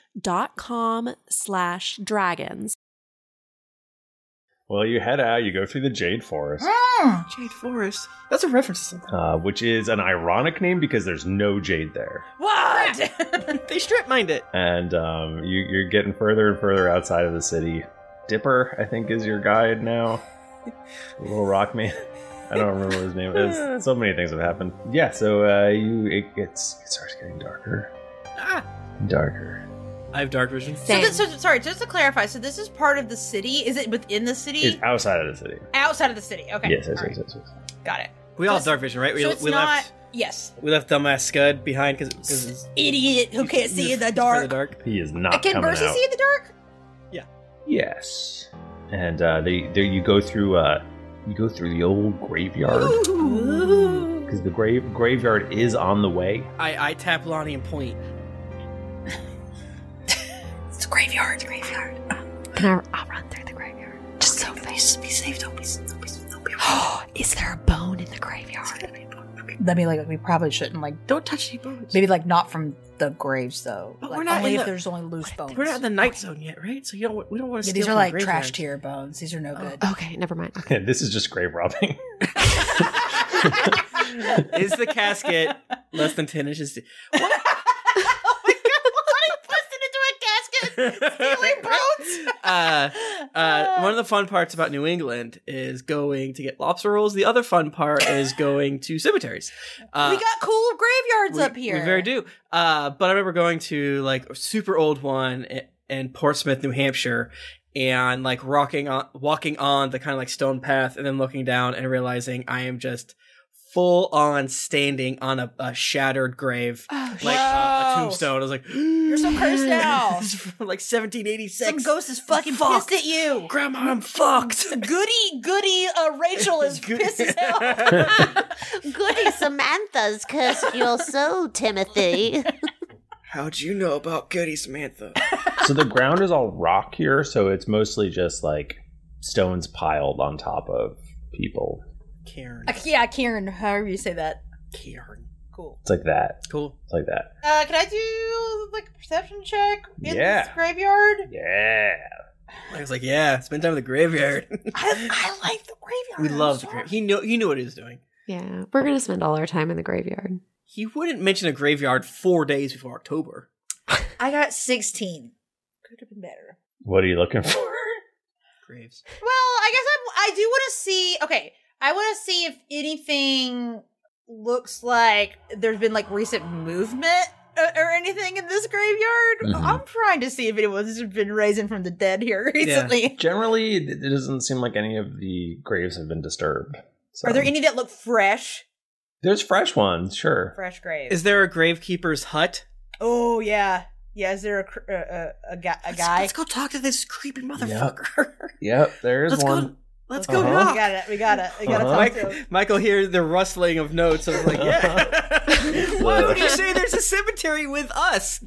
L: slash dragons.
A: Well, you head out, you go through the Jade Forest,
C: Jade Forest. That's a reference to something.
A: uh, which is an ironic name because there's no jade there.
C: What? they strip mined it.
A: And um, you, you're getting further and further outside of the city. Dipper, I think, is your guide now. Little Rock Man. I don't remember what his name is. So many things have happened. Yeah, so uh, you it gets it starts getting darker,
C: ah,
A: darker.
C: I have dark vision.
B: So, this, so sorry, just to clarify. So this is part of the city. Is it within the city?
A: It's outside of the city.
B: Outside of the city. Okay.
A: Yes, yes,
B: All
A: yes, yes, yes.
B: right. Got it.
C: We all have dark vision, right? We,
B: so it's
C: we
B: not.
C: left
B: Yes.
C: we left dumbass Scud behind because
B: Idiot who can't see in the
C: for the
B: dark.
C: dark.
A: He is not
B: Can
A: coming
B: Mercy
A: out.
B: see in the dark?
A: Yes, and uh, they, they you go through uh, you go through the old graveyard because the grave graveyard is on the way.
C: I, I tap Lonnie and point.
M: It's a graveyard. It's a graveyard.
D: Can
M: I? I'll run through the graveyard. Just so fast. Be safe. Don't be. Don't be. Don't be. Is there a bone in the graveyard?
N: I mean, like we probably shouldn't like don't touch any bones. Maybe like not from the graves though.
C: But
N: Like,
C: we're not
N: only
C: in
N: if
C: the-
N: there's only loose bones.
C: We're not in the night zone yet, right? So you don't. We don't want to.
N: Yeah,
C: steal
N: these are
C: from
N: like
C: graveyards.
N: trash tier bones. These are no good.
D: Okay, never mind.
A: this is just grave robbing.
C: is the casket less than ten inches? deep? Uh, uh, one of the fun parts about New England is going to get lobster rolls. The other fun part is going to cemeteries. Uh,
B: we got cool graveyards
C: we-
B: up here.
C: We very do. Uh, but I remember going to like a super old one i- in Portsmouth, New Hampshire, and like rocking on, walking on the kind of like stone path, and then looking down and realizing I am just full on standing on a, a shattered grave,
N: Oh,
C: like uh, a
B: whoa.
C: tombstone. I was like,
B: You're so cursed now.
C: This is from like 1786.
B: Some ghost is fucking pissed at you.
C: Grandma, I'm fucked.
B: Goody, goody, uh, Rachel is pissed as hell.
O: Goody Samantha's cursed your soul, Timothy.
C: How'd you know about Goody Samantha?
A: so the ground is all rock here, so it's mostly just like stones piled on top of people.
C: Karen.
B: Uh, yeah, Karen. However you say that.
C: Karen.
B: Cool.
A: It's like that.
C: Cool.
A: It's like that.
B: Uh, can I do like a perception check in
A: Yeah.
B: this graveyard?
A: Yeah.
C: I was like, yeah, spend time in the graveyard.
N: I, I like the
C: We love the graveyard. He knew he knew what he was doing.
D: Yeah, we're gonna spend all our time in the graveyard.
C: He wouldn't mention a graveyard four days before October.
M: I got 16. Could have been better.
A: What are you looking for?
C: Graves.
B: Well, I guess I'm, I do want to see. Okay, I want to see if anything looks like there's been like recent movement uh, or, or anything in this graveyard.
C: Mm-hmm.
A: Mhm.
B: I'm trying to see if anyone's been raising from the dead here recently.
A: Generally, it it doesn't seem like any of the graves have been disturbed. So.
B: Are there any that look fresh?
A: There's fresh ones, sure.
B: Fresh graves.
C: Is there a gravekeeper's hut?
B: Oh yeah, yeah. Is there a cr- a, a, a, gu- a guy? Let's
C: go talk to this creepy
A: motherfucker. Yep, there is
C: Let's go-
A: one. Uh-huh.
C: Let's
A: go
B: We
A: knock.
B: got it. We got it. We got to
C: Uh-huh.
B: talk to
C: Mike-
B: him.
C: Michael hears the rustling of notes. I was like, yeah. Why would you say there's a cemetery with us?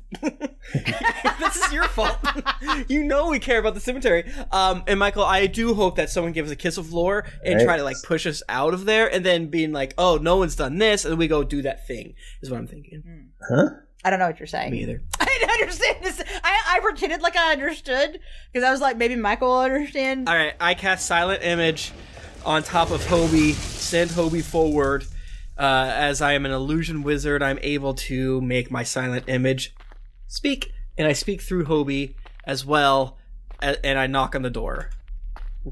C: this is your fault. you know we care about the cemetery. Um, and Michael, I do hope that someone gives a kiss of lore and
A: Right.
C: try to like push us out of there, and then being like, oh, no one's done this, and we go do that thing. Is what I'm thinking.
A: Huh?
B: I don't know what you're saying.
C: Me either.
B: I didn't understand this. I, I pretended like I understood because I was like, maybe Michael will understand.
C: All right, I cast Silent Image on top of Hobie. Send Hobie forward. Uh, as I am an illusion wizard, I'm able to make my silent image speak, and I speak through Hobie as well, a- and I knock on the door,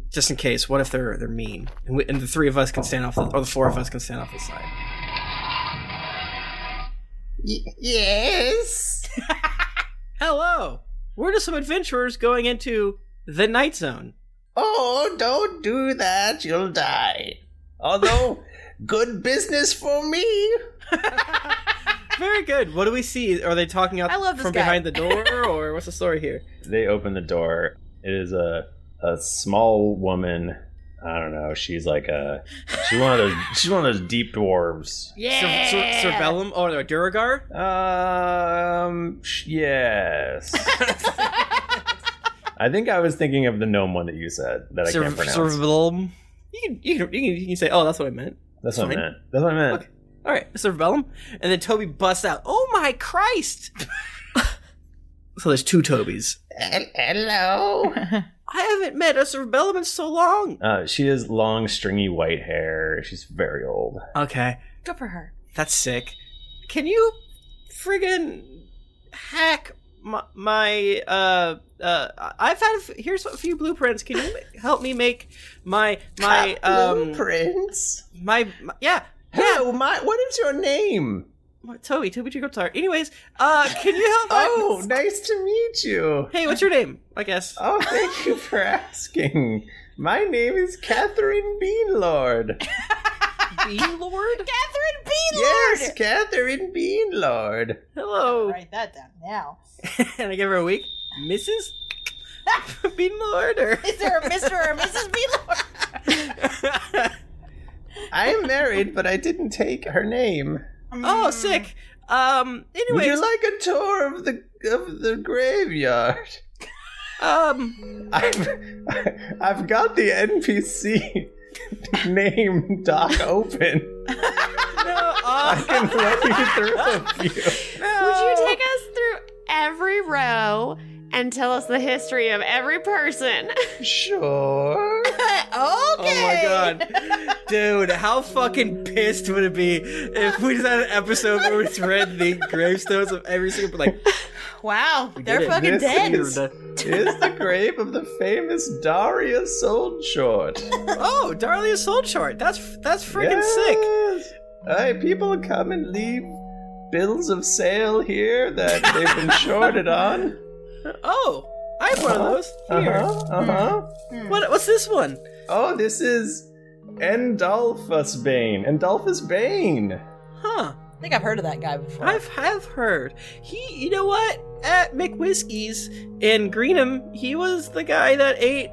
C: just in case. What if they're they're mean? And, we, and the three of us can stand off, the, or the four of us can stand off the side.
O: Yes.
C: Hello, we're just some adventurers going into the Night Zone.
I: Oh, don't do that. You'll die. Although, good business for me.
C: Very good. What do we see? Are they talking out
B: I love this
C: from
B: guy.
C: behind the door, or what's the story here?
A: They open the door. It is a a small woman. I don't know. She's like a she's one of those she's one of those deep dwarves.
C: Yeah. Cer- Oh, cer- cerebellum or no, Duragar?
A: Um. sh- Yes. I think I was thinking of the gnome one that you said that I
C: Cer-
A: can't pronounce.
C: Cerebellum. You can, you, can, you, can, you can say, oh, that's what I meant.
A: That's what I
C: Fine.
A: meant. That's what I meant.
C: All right, cerebellum. And then Toby busts out, oh my Christ! so there's two Tobys.
I: Hello.
C: I haven't met a cerebellum in so long.
A: Uh, she has long, stringy white hair. She's very old.
C: Okay,
B: Good for her.
C: that's sick. Can you friggin' hack my, my uh, uh, I've had, a f- here's a few blueprints. Can you ma- help me make my, my, um.
I: Blueprints?
C: My, my yeah.
I: Hello, my. What is your name?
C: What, Toby, Toby Trigotar. Anyways, uh, can you help? oh,
I: nice to meet you.
C: Hey, what's your name? I guess.
I: Oh, thank you for asking. My name is Catherine Beanlord.
C: Beanlord?
B: Catherine Beanlord!
I: yes, Catherine Beanlord.
C: Hello.
B: Write that down now.
C: and I give her a week. Mrs. Beanlord? Or...
B: Is there a Mr. or a Mrs. Beanlord?
I: I'm married, but I didn't take her name.
C: Oh, sick. Um.
I: Would
C: Anyways,
I: you like a tour of the of the graveyard?
C: Um,
I: I've I've got the NPC name doc open. I can let you through a few.
D: Would you take us through every row and tell us the history of every person?
I: Sure.
D: okay. Oh
C: Oh my god. Dude, how fucking pissed would it be if we just had an episode where we just read the gravestones of every single like
B: Wow,
C: we
B: they're
C: did it.
B: fucking
C: This
B: dead.
C: is-
I: Is the grave of the famous Daria Soulshort.
C: Oh, Daria Soulshort. That's that's freaking
I: sick. Hey, people come and leave bills of sale here that they've been shorted on.
C: Oh, I have one of those. Here. Hmm.
I: Uh-huh, uh-huh.
C: What, what's this one?
I: Oh, this is Endolphus Bane. Endolphus Bane.
C: Huh.
B: I think I've heard of that guy before.
C: I've have heard. He you know what? At McWhiskey's in Greenham, he was the guy that ate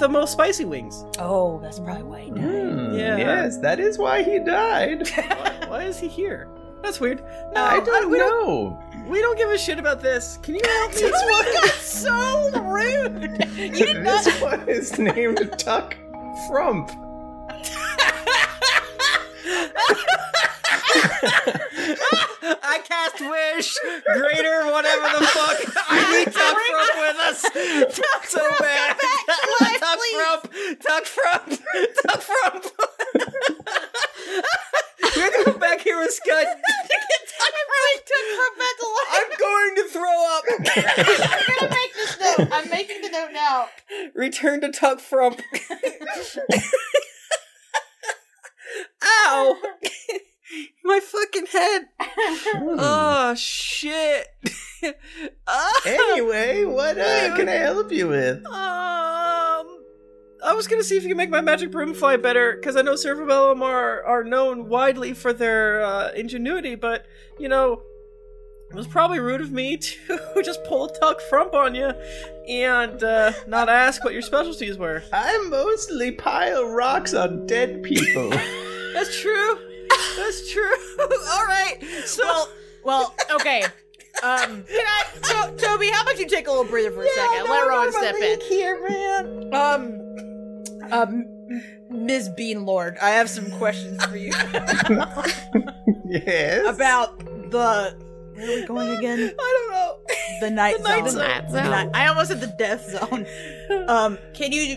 C: the most spicy wings.
B: Oh, that's probably why he died.
I: Hmm,
C: Yeah.
I: Yes, that is why he died.
C: why, why is he here? That's weird.
B: Oh,
C: No,
I: I don't
C: we
I: know.
C: Don't, we don't give a shit about this. Can you help me?
I: This one-
B: got so rude. You did not.
I: This one is named Tuck Frump.
C: I cast wish, greater, whatever the fuck. I need Tuck Frup with us. so bad. Tuck Frup. Tuck Frup. Tuck Frup. we have to go back here with Scott. I'm going to throw up.
B: I'm gonna make this note. I'm making the note now.
C: Return to Tuck Frump. Ow! My fucking head. oh shit.
I: Anyway, what uh, can I help you with?
C: Um, I was gonna see if you can make my magic broom fly better, because I know Servabellum are are known widely for their uh, ingenuity, but you know, it was probably rude of me to just pull a tuck frump on you and uh, not ask what your specialties were.
I: I mostly pile rocks on dead people.
C: That's true. That's true. All right. So
B: well, well okay. Um, can I, to- Toby? How about you take a little breather for a second? Let Ron step in.
N: Here, man.
B: Um, um, Ms. Bean Lord, I have some questions for you.
I: yes.
B: About the where are we going again?
C: I don't know.
B: The night
M: The night
B: zone.
M: zone.
B: The night- I almost said the death zone. Um, can you?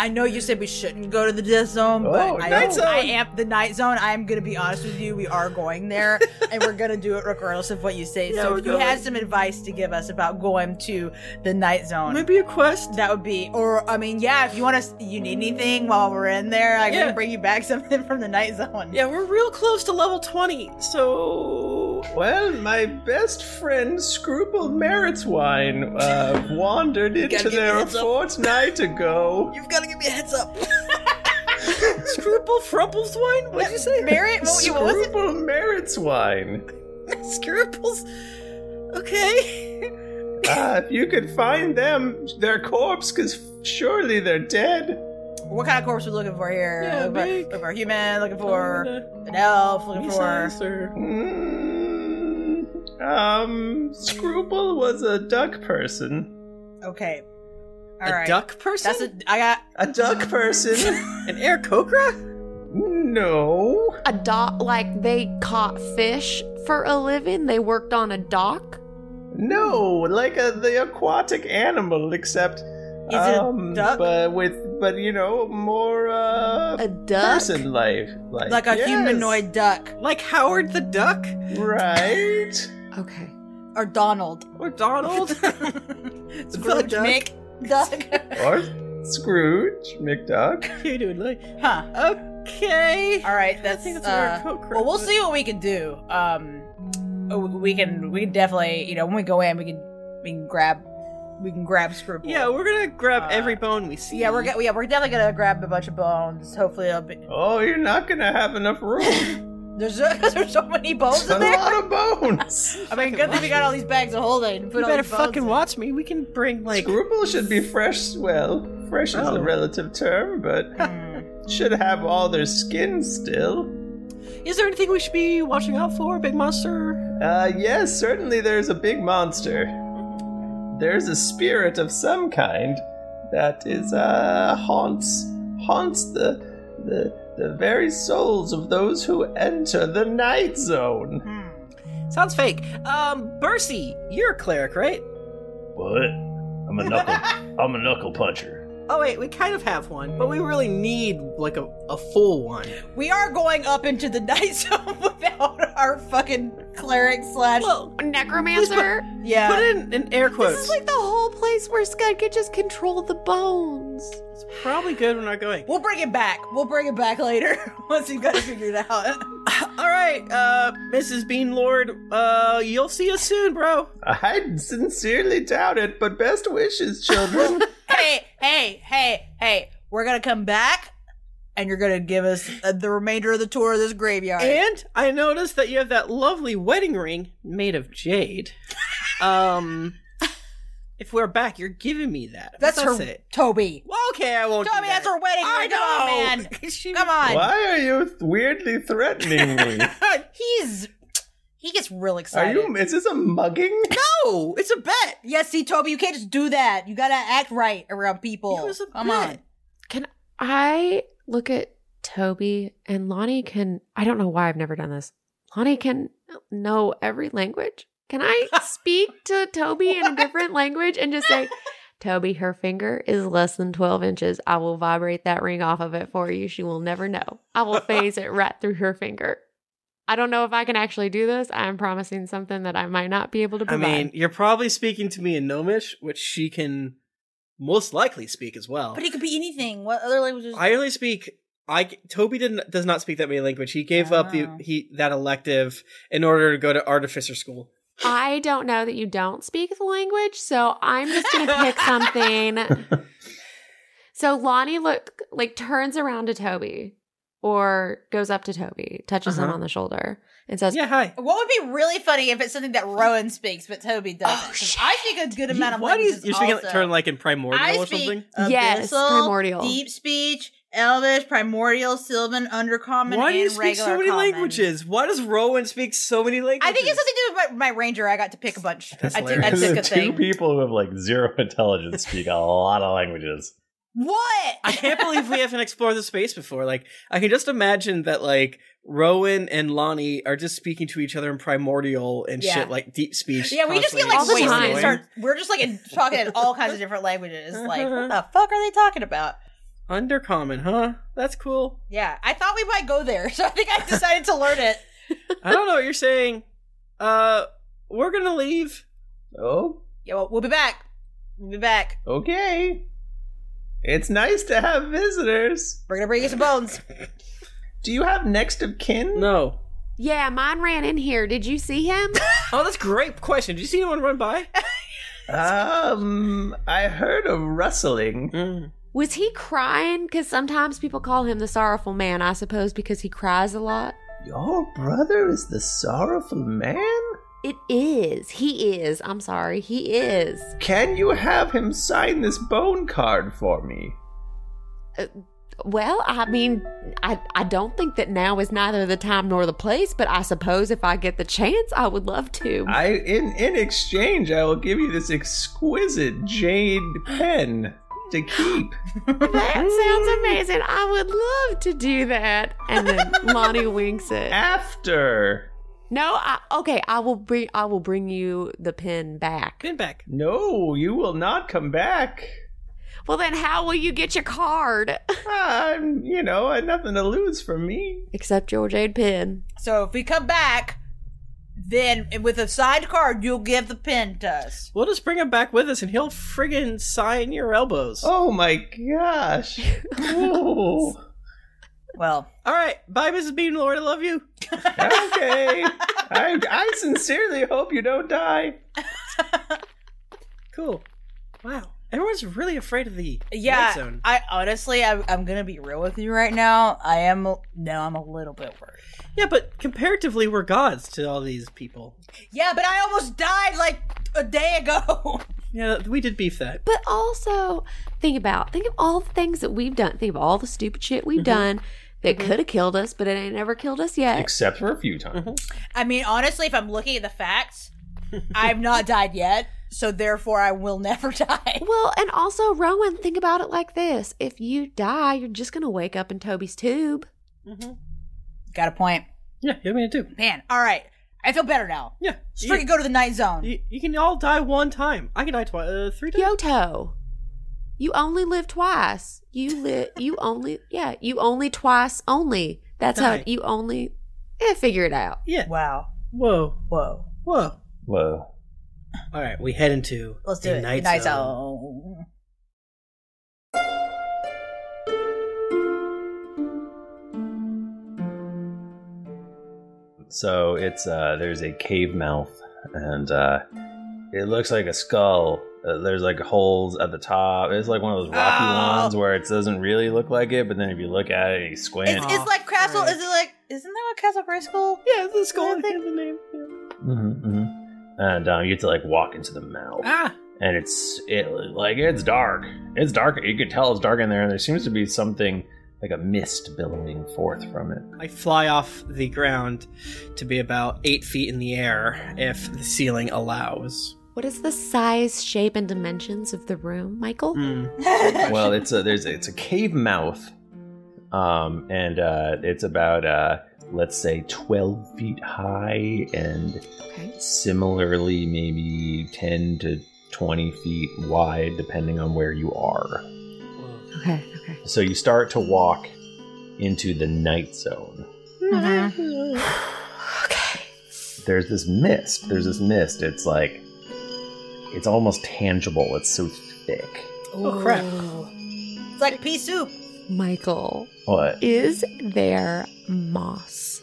B: I know you said we shouldn't go to the death zone, but
M: Oh,
B: I,
M: night zone.
B: I am the night zone. I am going to be honest with you. We are going there, and we're going to do it regardless of what you say.
M: Yeah,
B: so,
M: we're
B: if you had
M: going.
B: some advice to give us about going to the night zone,
C: maybe a quest
B: that would be, or I mean, yeah, if you want to, you need anything while we're in there, I
C: Yeah.
B: can bring you back something from the night zone.
C: Yeah, we're real close to level 20, so.
I: Well, my best friend Scruple Merritzwine uh, wandered into
C: give me
I: there
C: a
I: a
C: heads up.
I: fortnight ago.
C: You've got to give me a heads up. Scruple Frumpleswine? What'd you say?
B: Merit?
I: Scruple Merritzwine.
C: Scruples? Okay.
I: Uh, if you could find them, their corpse, because surely they're dead.
B: What kind of corpse we looking for here?
I: Yeah,
B: looking, for,
I: big.
B: looking for a human, looking for an elf, looking for.
I: Um, Scruple was a duck person.
B: Okay.
I: A
B: All right.
I: duck person?
B: That's a. I got.
I: A duck person?
C: An air cocra?
I: No.
D: A dock, like they caught fish for a living. They worked on a dock.
I: No, like a, the aquatic animal, except.
D: it a
I: um,
D: duck?
I: But with, but you know, more uh,
D: A
B: duck?
I: person life, like,
B: Like a
I: yes.
B: humanoid duck.
C: Like Howard the Duck?
I: right?
D: Okay.
B: Or Donald.
C: Or Donald?
B: Scrooge Mick. Duck.
I: Or Scrooge McDuck.
C: you doing like.
B: Huh.
C: Okay.
B: All right. That's.
C: that's
B: uh,
C: where Coke
B: well, we'll
C: was.
B: see what we can do. Um, oh, we can. We can definitely. You know, when we go in, we can. We can grab. We can grab scruple.
C: Yeah, we're gonna grab every bone we see.
B: Uh, Yeah, we're go- yeah, we're definitely gonna grab a bunch of bones. Hopefully, it'll be.
I: Oh, you're not gonna have enough room.
B: There's so, there's so many bones
I: a
B: in there.
I: lot of bones.
B: I mean, good thing we got all these bags of holding. and Put
C: You
B: all
C: better
B: these bones
C: fucking
B: in.
C: watch me. We can bring, like.
I: Scruple should be fresh. Well, fresh is
C: Oh.
I: a relative term, but
B: Hmm.
I: should have all their skin still.
C: Is there anything we should be watching out for, Big Monster?
I: Uh, yes, certainly there's a big monster. There's a spirit of some kind that is uh haunts haunts the the the very souls of those who enter the night zone.
C: Sounds fake. Um, Bercy, you're a cleric, right?
H: What? I'm a knuckle. I'm a knuckle puncher.
C: Oh wait, we kind of have one, but we really need like a, a full one.
B: We are going up into the night zone without our fucking cleric slash
D: necromancer.
B: yeah.
C: Put in, in air quotes.
D: This is like the whole place where Scud could just control the bones.
C: Probably good when I'm going.
B: We'll bring it back. We'll bring it back later once we've got it figured out.
C: All right, uh, Mrs. Bean Lord, uh, you'll see us soon,
B: Oh.
C: bro.
I: I sincerely doubt it, but best wishes, children.
B: hey, hey, hey, hey! We're gonna come back, and you're gonna give us uh, the remainder of the tour of this graveyard.
C: And I noticed that you have that lovely wedding ring made of jade. um, if we're back, you're giving me that.
B: that's, her,
C: it.
B: Toby.
C: Well, okay, I won't.
B: Toby, that's her wedding.
C: I
B: ring. Come on,
C: know.
B: man. Come on.
I: Why are you weirdly threatening me?
B: He's he gets real
I: Are
B: excited.
I: you? Is this a mugging?
C: No, it's a bet.
B: Yes, see, Toby, you can't just do that. You gotta act right around people. Come on.
D: I look at Toby and Lonnie can I don't know why I've never done this. Lonnie can know every language. Can I speak to Toby in a different language and just say, Toby, her finger is less than 12 inches. I will vibrate that ring off of it for you. She will never know. I will phase it right through her finger. I don't know if I can actually do this. I'm promising something that I might not be able to
C: I
D: provide.
C: mean, you're probably speaking to me in Gnomish, which she can most likely speak as well.
B: But it could be anything. What other languages?
C: I only speak. I Toby didn't does not speak that many language. He gave up the
B: Oh.
C: he that elective in order to go to artificer school.
D: I don't know that you don't speak the language, so I'm just gonna pick something. So Lonnie look like turns around to Toby or goes up to Toby, touches him
B: Uh-huh.
D: on the shoulder, and says,
C: hi."
B: What would be really funny if it's something that Rowan speaks but Toby doesn't? 'Cause I speak a good amount of
C: Why do you,
B: languages.
C: Oh, you're speaking
B: also.
C: like, turn like in primordial
B: I
C: or
B: speak
C: something?
B: Abyssal, deep speech, Elvish, Primordial, Sylvan, Undercommon,
C: Why
B: and
C: do you speak
B: regular
C: so many
B: common.
C: languages? Why does Rowan speak so many languages?
B: I think it's something to do with my, my ranger. I got to pick a bunch. I, took, I
A: Because
B: took a
A: two
B: thing.
A: people who have like zero intelligence speak a lot of languages.
B: What?
C: I can't believe we haven't explored the space before. Like, I can just imagine that like Rowan and Lonnie are just speaking to each other in primordial and
B: Yeah.
C: shit, like deep speech.
B: Yeah, we just get
C: constantly.
B: like wasted. and Start, we're just like in- talking in all kinds of different languages. Like, what the fuck are they talking about?
C: Undercommon, huh? That's cool.
B: Yeah, I thought we might go there, so I think I decided to learn it.
C: I don't know what you're saying. Uh, we're gonna leave.
A: Oh,
B: Yeah, well, we'll be back. We'll be back.
A: okay. It's nice to have visitors.
B: We're gonna bring you some bones.
A: Do you have next of kin?
C: No.
D: Yeah, mine ran in here. Did you see him?
C: oh, that's great question. Did you see anyone run by?
A: Um, I heard a rustling.
C: Mm.
D: Was he crying? Because sometimes people call him the sorrowful man, I suppose, because he cries a lot.
A: Your brother is the sorrowful man?
D: It is. He is. I'm sorry. He is.
A: Can you have him sign this bone card for me?
D: Well, I mean, I, I don't think that now is neither the time nor the place, but I suppose if I get the chance, I would love to.
A: I in in exchange, I will give you this exquisite jade pen to keep.
D: that sounds amazing. I would love to do that. And then Lonnie winks it.
A: After
D: No, I, okay, I will bring I will bring you the pin back.
C: Pin back.
A: no, you will not come back.
D: Well, then how will you get your card?
A: I'm, Um, you know, I had nothing to lose from me.
D: Except your jade pin.
B: So if we come back, then with a side card, you'll give the pin to us.
C: We'll just bring him back with us, and he'll friggin' sign your elbows.
A: Oh my gosh! Oh.
B: well,
C: all right. Bye, Mrs. Bean Lord. I love you.
A: okay. I I sincerely hope you don't die.
C: Cool. Wow. Everyone's really afraid of the light
B: Yeah,
C: zone.
B: I honestly, I, I'm gonna be real with you right now. I am a- no, I'm a little bit worried.
C: Yeah, but comparatively, we're gods to all these people.
B: Yeah, but I almost died like a day ago.
C: Yeah, we did beef that.
D: But also, think about think of all the things that we've done. Think of all the stupid shit we've done that could have killed us, but it ain't never killed us yet. Mm-hmm.
A: Except for a few times.
B: I mean, honestly, if I'm looking at the facts, I've not died yet, so therefore I will never die.
D: Well, and also Rowan, think about it like this: if you die, you're just gonna wake up in Toby's tube.
B: Got a point.
C: Mm-hmm. Yeah, you mean too.
B: Man, all right, I feel better now.
C: Yeah,
B: just freaking go to the night zone.
C: You, you can all die one time. I can die twice, uh, three times.
D: Yoto, you only live twice. You live. You only. Yeah, you only twice. Only. That's
C: Die.
D: how you only. Yeah, figure it out.
C: Yeah.
B: Wow.
C: Whoa.
B: Whoa.
C: Whoa.
A: Whoa.
C: All right, we head into
B: Let's do
C: the
B: it.
C: night,
B: night
C: zone.
B: zone.
A: So it's uh, there's a cave mouth, and uh, it looks like a skull. Uh, there's like holes at the top. It's like one of those rocky
B: Oh.
A: ones where it doesn't really look like it, but then if you look at it, and you squint.
B: It's, it's like Castle. Is it like? Isn't that what Castle Gray School?
C: Yeah, it's the school. the name.
A: Mhm, mhm. And um, you have to like walk into the
B: Oh.
A: mouth,
C: Ah.
A: and it's it like it's dark. It's dark. You could tell it's dark in there, and there seems to be something like a mist billowing forth from it.
C: I fly off the ground to be about eight feet in the air if the ceiling allows.
D: What is the size, shape, and dimensions of the room, Michael?
A: well, it's a there's it's a cave mouth, um, and uh, it's about uh, let's say 12 feet high and similarly maybe 10 to 20 feet wide depending on where you are
M: Okay,
A: so you start to walk into the night zone there's this mist there's this mist it's like it's almost tangible it's so thick
B: Oh, crap. It's like pea soup.
D: Michael,
A: What?
D: is there moss?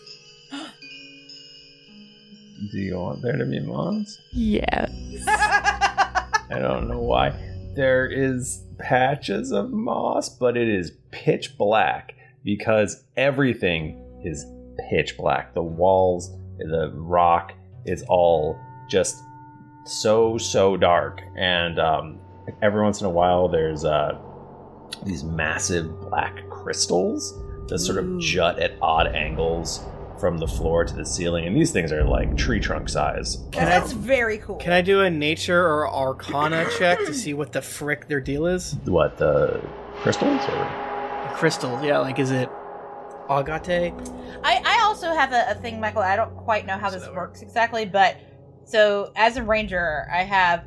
A: do you want there to be moms
D: Yes.
A: I don't know why. There is patches of moss, but it is pitch black because everything is pitch black. The walls, the rock is all just so so dark. And um, every once in a while, there's uh, these massive black crystals that sort of jut at odd angles from the floor to the ceiling. And these things are like tree trunk size.
B: That's very cool.
C: Can I do a nature or arcana check to see what the frick their deal is?
A: What the crystals or
C: A crystal, yeah, like is it agate?
B: I, I also have a, a thing, Michael. I don't quite know how this works exactly, but so as a ranger, I have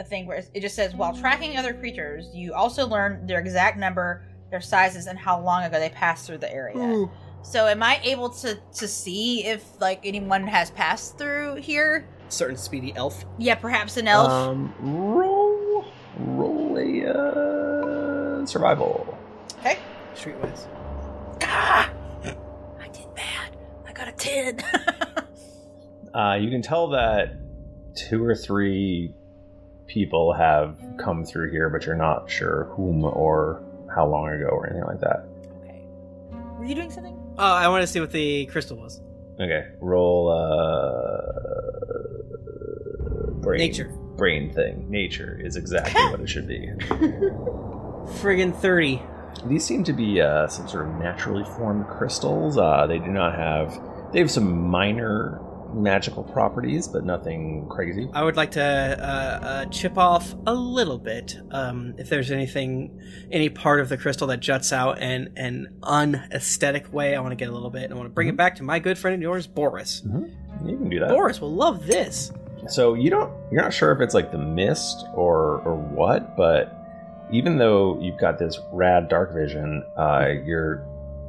B: a thing where it just says while tracking other creatures, you also learn their exact number, their sizes, and how long ago they passed through the area.
M: Ooh.
B: So, am I able to to see if like anyone has passed through here?
C: Certain speedy elf.
B: Yeah, perhaps an elf.
A: Um, roll, roll a uh, survival.
B: Okay.
C: Streetwise.
B: I got a ten.
A: Uh, you can tell that two or three people have come through here, but you're not sure whom or how long ago or anything like that.
B: Were you doing something?
C: Oh, I want to see what the crystal was.
A: Okay, roll uh, brain,
C: Nature.
A: brain thing. Nature is exactly what it should be.
C: Friggin' thirty.
A: These seem to be uh, some sort of naturally formed crystals. Uh, they do not have. They have some minor magical properties, but nothing crazy.
C: I would like to uh, uh, chip off a little bit um, if there's anything, any part of the crystal that juts out in an unaesthetic way. I want to get a little bit and I want to bring it back to my good friend and yours, Boris.
A: You can do that.
C: Boris will love this.
A: So you don't. You're not sure if it's like the mist or or what, but even though you've got this rad dark vision, uh, you're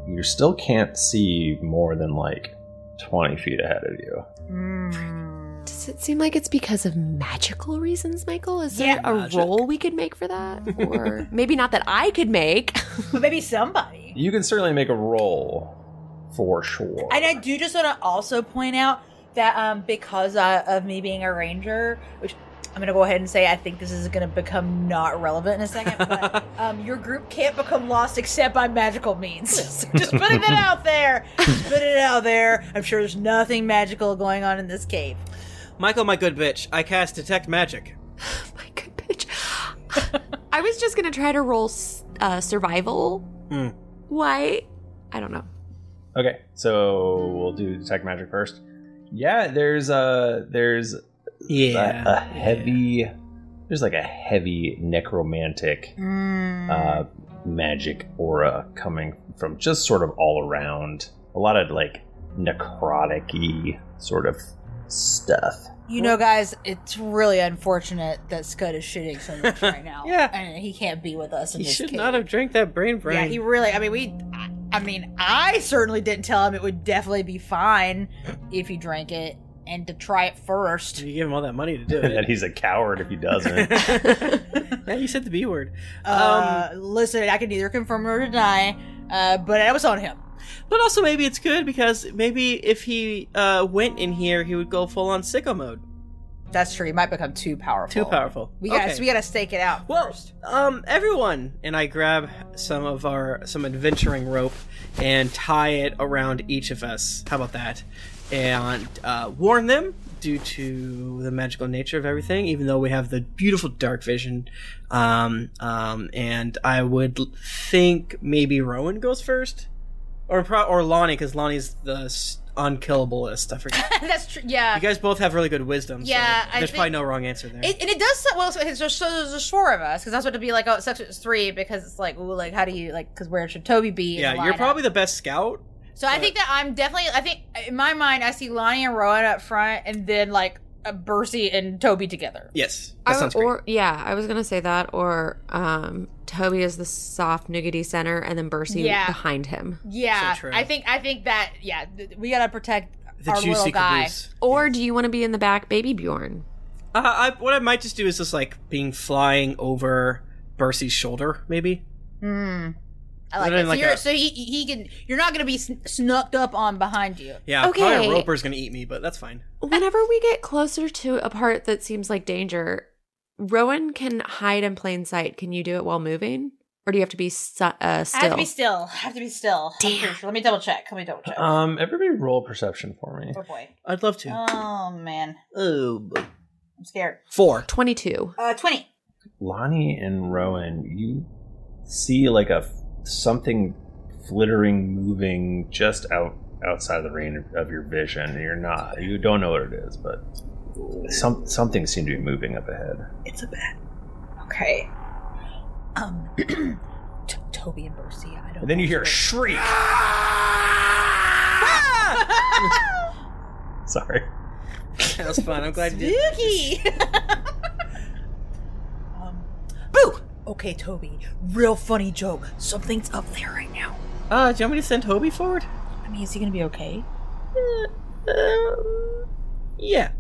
A: you still can't see more than like twenty feet ahead of you.
B: Hmm.
D: Does it seem like it's because of magical reasons, Michael? Is there a
A: Magic.
D: role we could make for that? Or maybe not that I could make.
B: but maybe somebody.
A: You can certainly make a roll for sure.
B: And I do just want to also point out that um, because uh, of me being a ranger, which I'm going to go ahead and say I think this is going to become not relevant in a second, but um, your group can't become lost except by magical means. So just putting that out there. Just putting it out there. I'm sure there's nothing magical going on in this cave.
C: Michael, my good bitch, I cast detect magic.
D: I was just going to try to roll s- uh, survival.
C: Hmm.
D: Why? I don't know.
A: Okay, so we'll do detect magic first. Yeah, there's a there's
C: Yeah,
A: a, a heavy there's like a heavy necromantic
B: Mm.
A: uh, magic aura coming from just sort of all around. A lot of like necrotic-y sort of stuff.
B: You know, guys, it's really unfortunate that Scud is shitting so much right now. yeah. And he can't be with us in
C: He
B: this
C: should
B: cave.
C: not have drank that brain brain.
B: Yeah, he really. I mean, we. I- I mean, I certainly didn't tell him it would definitely be fine if he drank it and to try it first.
C: You give him all that money to do
A: that
C: it.
A: he's a coward if he doesn't.
C: now you said the B word. Um,
B: Uh, listen, I can neither confirm nor deny, uh, but that was on him.
C: But also maybe it's good because maybe if he uh, went in here, he would go full on sicko mode.
B: That's true. He might become too powerful.
C: Too powerful.
B: We gotta,
C: Okay.
B: we gotta stake it out first.
C: Um, everyone, and I grab some of our some adventuring rope and tie it around each of us. How about that? And uh, warn them due to the magical nature of everything. Even though we have the beautiful dark vision, um, um, and I would l- think maybe Rowan goes first, or pro- or Lonnie because Lonnie's the s- unkillableist. I forget.
B: That's true. Yeah.
C: you guys both have really good wisdom. so
B: Yeah, I
C: there's probably
B: think-
C: no wrong answer there.
B: It, and it does so well. So it's just so there's just four of us because that's what to be like. Oh, it sucks it's three because it's like, ooh, like how do you like? Because where should Toby be? in
C: yeah,
B: the
C: you're
B: lineup?
C: probably the best scout.
B: So I think that I'm definitely. I think in my mind, I see Lonnie and Rowan up front, and then like uh, Bercy and Toby together.
C: Yes.
D: I would- or yeah, I was gonna say that. Or um, Toby is the soft nougaty center, and then Bercy
B: Yeah.
D: behind him.
B: Yeah, I think I think that yeah, th- we gotta protect
C: The
B: our little
C: juicy
B: guy.
C: caboose.
D: Or do you want to be in the back, baby Bjorn?
C: Uh, I, what I might just do is just like being flying over Bercy's shoulder, maybe.
B: Hmm. I like that.
C: And then,
B: So,
C: like,
B: you're,
C: a-
B: so he he can. You're not gonna be sn- snuck up on behind you.
C: Yeah, probably
D: Okay.
C: a roper's gonna eat me, but that's fine.
D: Whenever we get closer to a part that seems like danger, Rowan can hide in plain sight. Can you do it while moving, or do you have to be su- uh,
B: I have
D: still?
B: to be still. I have to be still. I'm pretty sure. Let me double check. Let me double check.
A: Um, everybody roll perception for me.
B: oh boy.
C: I'd love to.
B: Oh man,
C: Oh,
B: I'm scared.
C: four.
D: Twenty-two.
B: Uh, twenty.
A: Lonnie and Rowan, you see like a something flittering, moving just out outside the range of your vision. You're not, you don't know what it is, but some something seemed to be moving up ahead.
N: It's a bat.
B: Okay.
N: Um, T- Toby and Bercy, I don't.
A: And then you hear a shriek.
C: Ah!
A: Sorry.
C: That was fun. I'm glad you did.
B: Spooky. Um,
N: Boo. Okay, Toby. Real funny joke. Something's up there right now.
C: Uh, do you want me to send Toby forward?
N: I mean, is he gonna be okay?
C: Uh, Yeah.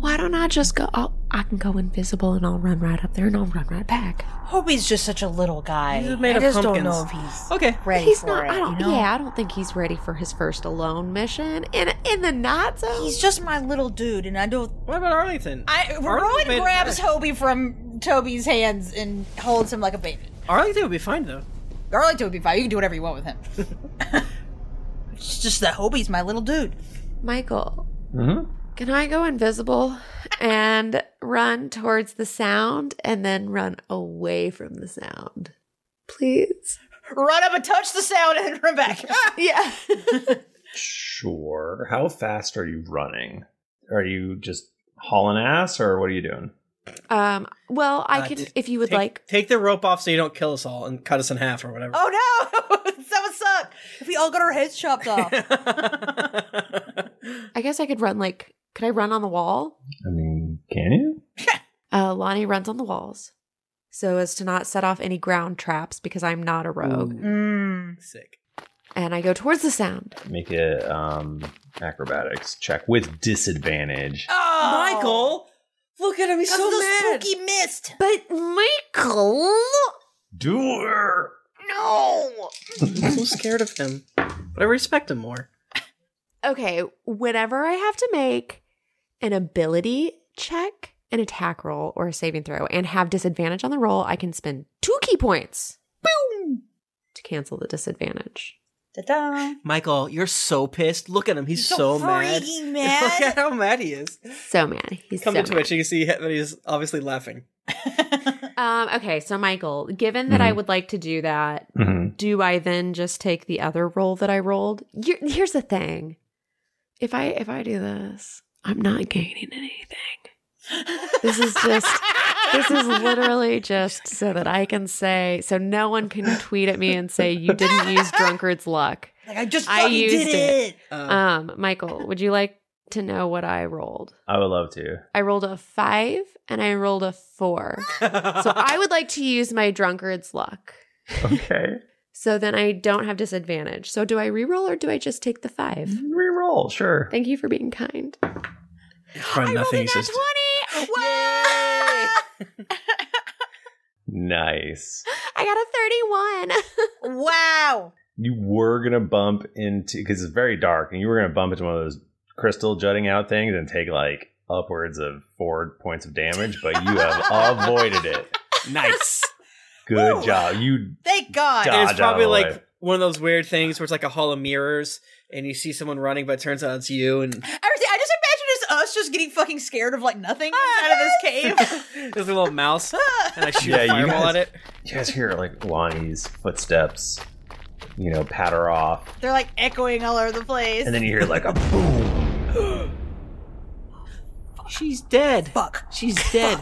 D: Why don't I just go? I'll, I can go invisible, and I'll run right up there, and I'll run right back.
N: Toby's just such a little guy.
D: He's made
N: I
D: of
N: just don't
D: pumpkins.
N: know if he's
C: okay.
N: Ready
D: he's
N: for
D: not.
N: it,
D: I don't.
N: you know?
D: Yeah, I don't think he's ready for his first alone mission in in the night zone.
N: He's just my little dude, and I don't.
C: What about Arlington?
B: I Rowan grabs Toby from Toby's hands and holds him like a baby.
C: Arlington would be fine though.
B: Garlic would be fine. You can do whatever you want with him. it's just that Hobie's my little dude.
D: Michael,
A: Mm-hmm.
D: can I go invisible and run towards the sound, and then run away from the sound, please?
B: Run up and touch the sound and then run back.
D: yeah.
A: Sure. How fast are you running? Are you just hauling ass, or what are you doing?
D: Um. Well, I
C: Uh,
D: can
C: t-
D: if you would
C: take,
D: like.
C: Take the rope off so you don't kill us all and cut us in half or whatever.
B: Oh no! that would suck. If we all got our heads chopped off.
D: I guess I could run like. Could I run on the wall?
A: I mean, can you?
D: Uh, Lonnie runs on the walls, so as to not set off any ground traps because I'm not a rogue.
B: Mm.
C: Sick.
D: And I go towards the sound.
A: Make it um, acrobatics check with disadvantage.
C: Oh, Michael, look at him. He's so mad.
B: spooky mist.
D: But Michael,
A: Do her.
B: Oh.
D: no.
C: I'm so scared of him, but I respect him more.
D: Okay, whenever I have to make an ability check, an attack roll, or a saving throw, and have disadvantage on the roll, I can spend two key points. Boom. To cancel the disadvantage.
B: Ta-da.
C: Michael, you're so pissed. Look at him. He's so, mad.
B: freaking mad.
C: Look at how mad he is.
D: So mad. He's
C: Come
D: so
C: to Twitch, and you can see that he's obviously laughing.
D: Um, okay, so Michael, given that I
C: Mhm.
D: would like to do that,
A: Mhm.
D: do I then just take the other roll that I rolled? You're, here's the thing: if I if I do this, I'm not gaining anything. This is just this is literally just so that I can say so no one can tweet at me and say you didn't use drunkard's luck.
B: Like I just
D: I
B: fucking
D: used
B: did
D: it.
B: it.
A: Oh.
D: Um, Michael, would you like to know what I rolled?
A: I would love to.
D: I rolled a five and I rolled a four. so I would like to use my drunkard's luck.
A: Okay.
D: So then I don't have disadvantage. So do I reroll or do I just take the five?
A: Reroll, sure.
D: Thank you for being kind.
C: Probably nothing. He's just
A: Nice.
D: I got a
B: 31. wow.
A: You were gonna bump into because it's very dark, and you were gonna bump into one of those crystal jutting out things and take like upwards of four points of damage, but you have avoided it.
C: Nice.
A: Good job. You
B: Thank God.
A: Dodge
C: it's probably
A: out of the
C: like
A: way.
C: one of those weird things where it's like a hall of mirrors, and you see someone running, but it turns out it's you, and
B: Everything. I just imagine it's us just getting fucking scared of like nothing
D: Oh,
B: out of this cave.
C: there's a little mouse, and I shoot
A: Yeah,
C: a
A: you
C: fireball
A: guys-
C: at it.
A: you guys hear like Lonnie's footsteps, you know, patter off,
B: They're like echoing all over the place.
A: and then you hear like a boom.
C: She's dead.
B: Fuck.
C: She's dead.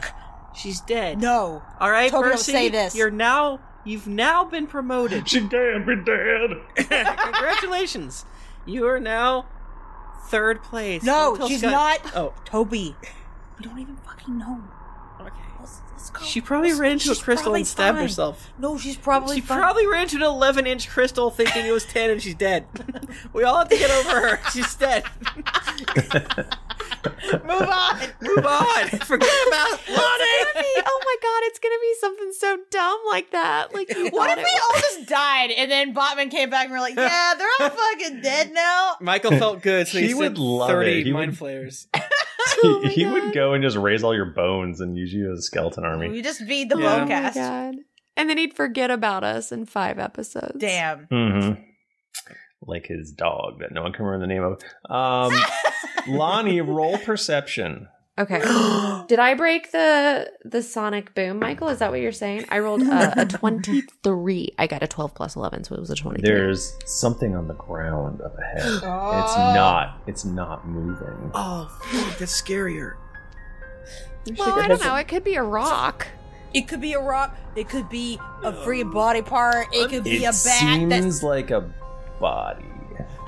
C: She's dead.
B: No.
C: All right,
B: Toby, don't
C: Percy,
B: say this.
C: You're now You've now been promoted.
H: She can be dead.
C: Congratulations. You are now third place.
N: No,
C: Little
N: she's
C: Scud-
N: not.
C: Oh.
N: Toby. We don't even fucking know.
C: Okay.
N: Let's, let's go.
C: She probably ran into a
N: She's
C: crystal
N: probably
C: and stabbed
N: fine.
C: herself.
N: No, she's probably
C: She
N: fine.
C: probably ran into an 11 inch crystal thinking it was 10 and she's dead. we all have to get over her. She's dead.
N: Move on.
C: Move on. Forget about
D: It's gonna be, oh my god, it's gonna be something so dumb like that. Like, you
B: What
D: thought
B: if
D: it
B: we all just died and then Botman came back and we're like, yeah, they're all fucking dead now?
C: Michael felt good, so he,
A: He
C: said
A: would love
C: 30
A: it. He
C: mind
A: would-
C: flares. Oh
A: he he would go and just raise all your bones and use you as a skeleton army.
B: just
D: be
A: the
D: yeah.
A: bone cast.
D: Oh my god. And then he'd forget about us in five episodes.
B: Damn.
A: Mm-hmm. Like his dog that no one can remember the name of. Um, Lonnie, roll perception.
D: Okay. Did I break the the sonic boom, Michael? Is that what you're saying? I rolled a, a 23. I got a 12 plus 11, so it was a 20.
A: There's something on the ground up ahead. It's
D: Oh.
A: not. It's not moving.
C: Oh, fuck, that's scarier.
D: Well, I don't know. It could be a rock.
N: It could be a rock. It could be a free body part. It could be a
A: It
N: bat. that's
A: seems like a body.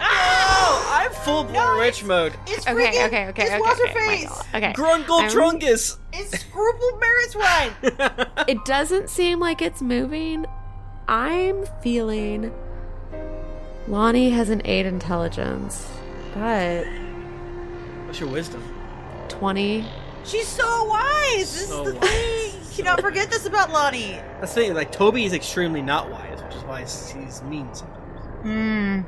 C: Oh, I'm full blown rich mode.
B: It's
D: Okay, freaking- okay, okay, it's okay, what's her okay, my face? God. Okay.
C: Grungle
D: I'm-
C: Trungus.
B: It's Scruple Merritt's wine.
D: It doesn't seem like it's moving. I'm feeling Lonnie has an 8 intelligence, but
C: What's your wisdom?
D: 20.
B: She's so wise. This
C: So
B: is the
C: wise.
B: thing. You cannot forget this about Lonnie.
C: That's the thing, like, Toby is extremely not wise, which is why he's mean sometimes.
D: Mm.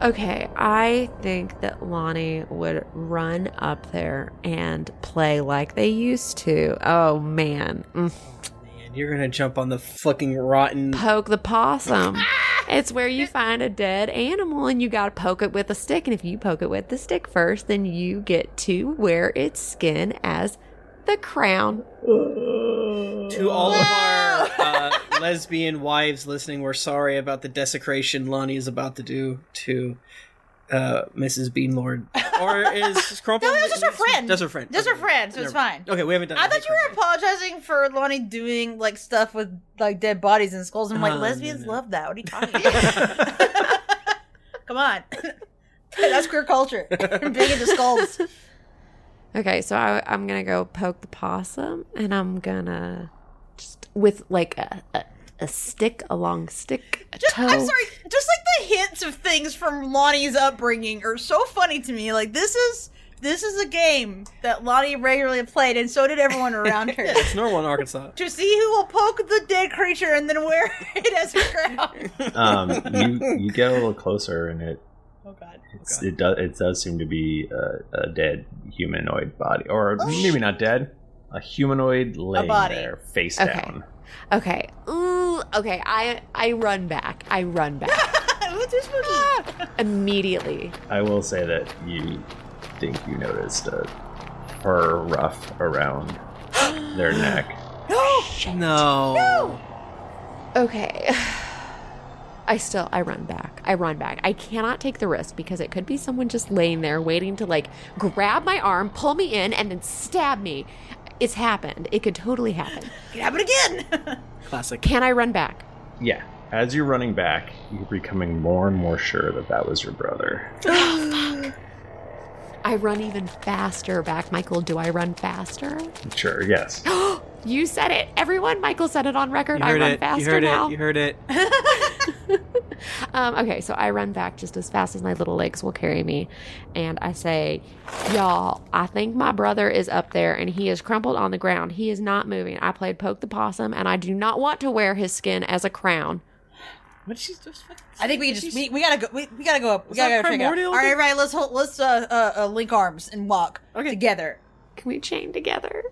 D: Okay, I think that Lonnie would run up there and play like they used to. Oh man. Mm.
C: And you're gonna jump on the fucking rotten. Ah!
D: Poke the possum. it's where you find a dead animal and you gotta poke it with a stick. And if you poke it with the stick first, then you get to wear its skin as the crown.
C: To all of our uh, lesbian wives listening, we're sorry about the desecration Lonnie is about to do to uh, Mrs. Beanlord. Or is Scrumple?
B: No, it was just her friend.
C: Just her friend.
B: Just her friend, so it's fine.
C: Okay, we haven't done
B: I
C: that.
B: thought you were apologizing for Lonnie doing like stuff with like dead bodies and skulls. I'm like,
C: Oh, no,
B: lesbians love that. What are you talking about? Come on. That's queer culture. Big into skulls.
D: Okay, so I, I'm gonna go poke the possum, and I'm gonna just with like a a, a stick, a long stick, a
B: Just,
D: toe.
B: I'm sorry. Just like the hints of things from Lonnie's upbringing are so funny to me. Like this is this is a game that Lonnie regularly played, and so did everyone around her.
C: It's normal in Arkansas.
B: To see who will poke the dead creature and then wear it as her crown.
A: Um, you you get a little closer and it
B: Oh god.
A: It's- It does. It does seem to be a, a dead humanoid body, or maybe not dead, a humanoid laying
D: body.
A: there, face
D: Okay.
A: down.
D: Okay. Ooh. Okay. I I run back. I run back
B: Ah!
D: immediately.
A: I will say that you think you noticed a fur ruff around their neck.
D: No.
C: No.
D: No. Okay. I still I run back. I run back. I cannot take the risk because it could be someone just laying there waiting to like grab my arm, pull me in, and then stab me. It's happened. It could totally happen.
B: It happened again.
C: Classic.
D: Can I run back?
A: Yeah. As you're running back, you're becoming more and more sure that that was your brother.
D: Oh, I run even faster back, Michael. Do I run faster?
A: Sure. Yes.
D: you said it. Everyone, Michael said it on record.
C: You
D: I
C: heard
D: run
C: it.
D: faster
C: you heard
D: now.
C: it. You heard it.
D: Um, okay, so I run back just as fast as my little legs will carry me. And I say, Y'all, I think my brother is up there and he is crumpled on the ground. He is not moving. I played Poke the Possum and I do not want to wear his skin as a crown.
C: What she's
B: I think we just we, we gotta go we, we gotta go up. We
D: Was
B: gotta
D: that
B: go check it out.
D: primordial?
B: All right, everybody, let's hold, let's uh, uh, uh link arms and walk together.
D: Can we chain together?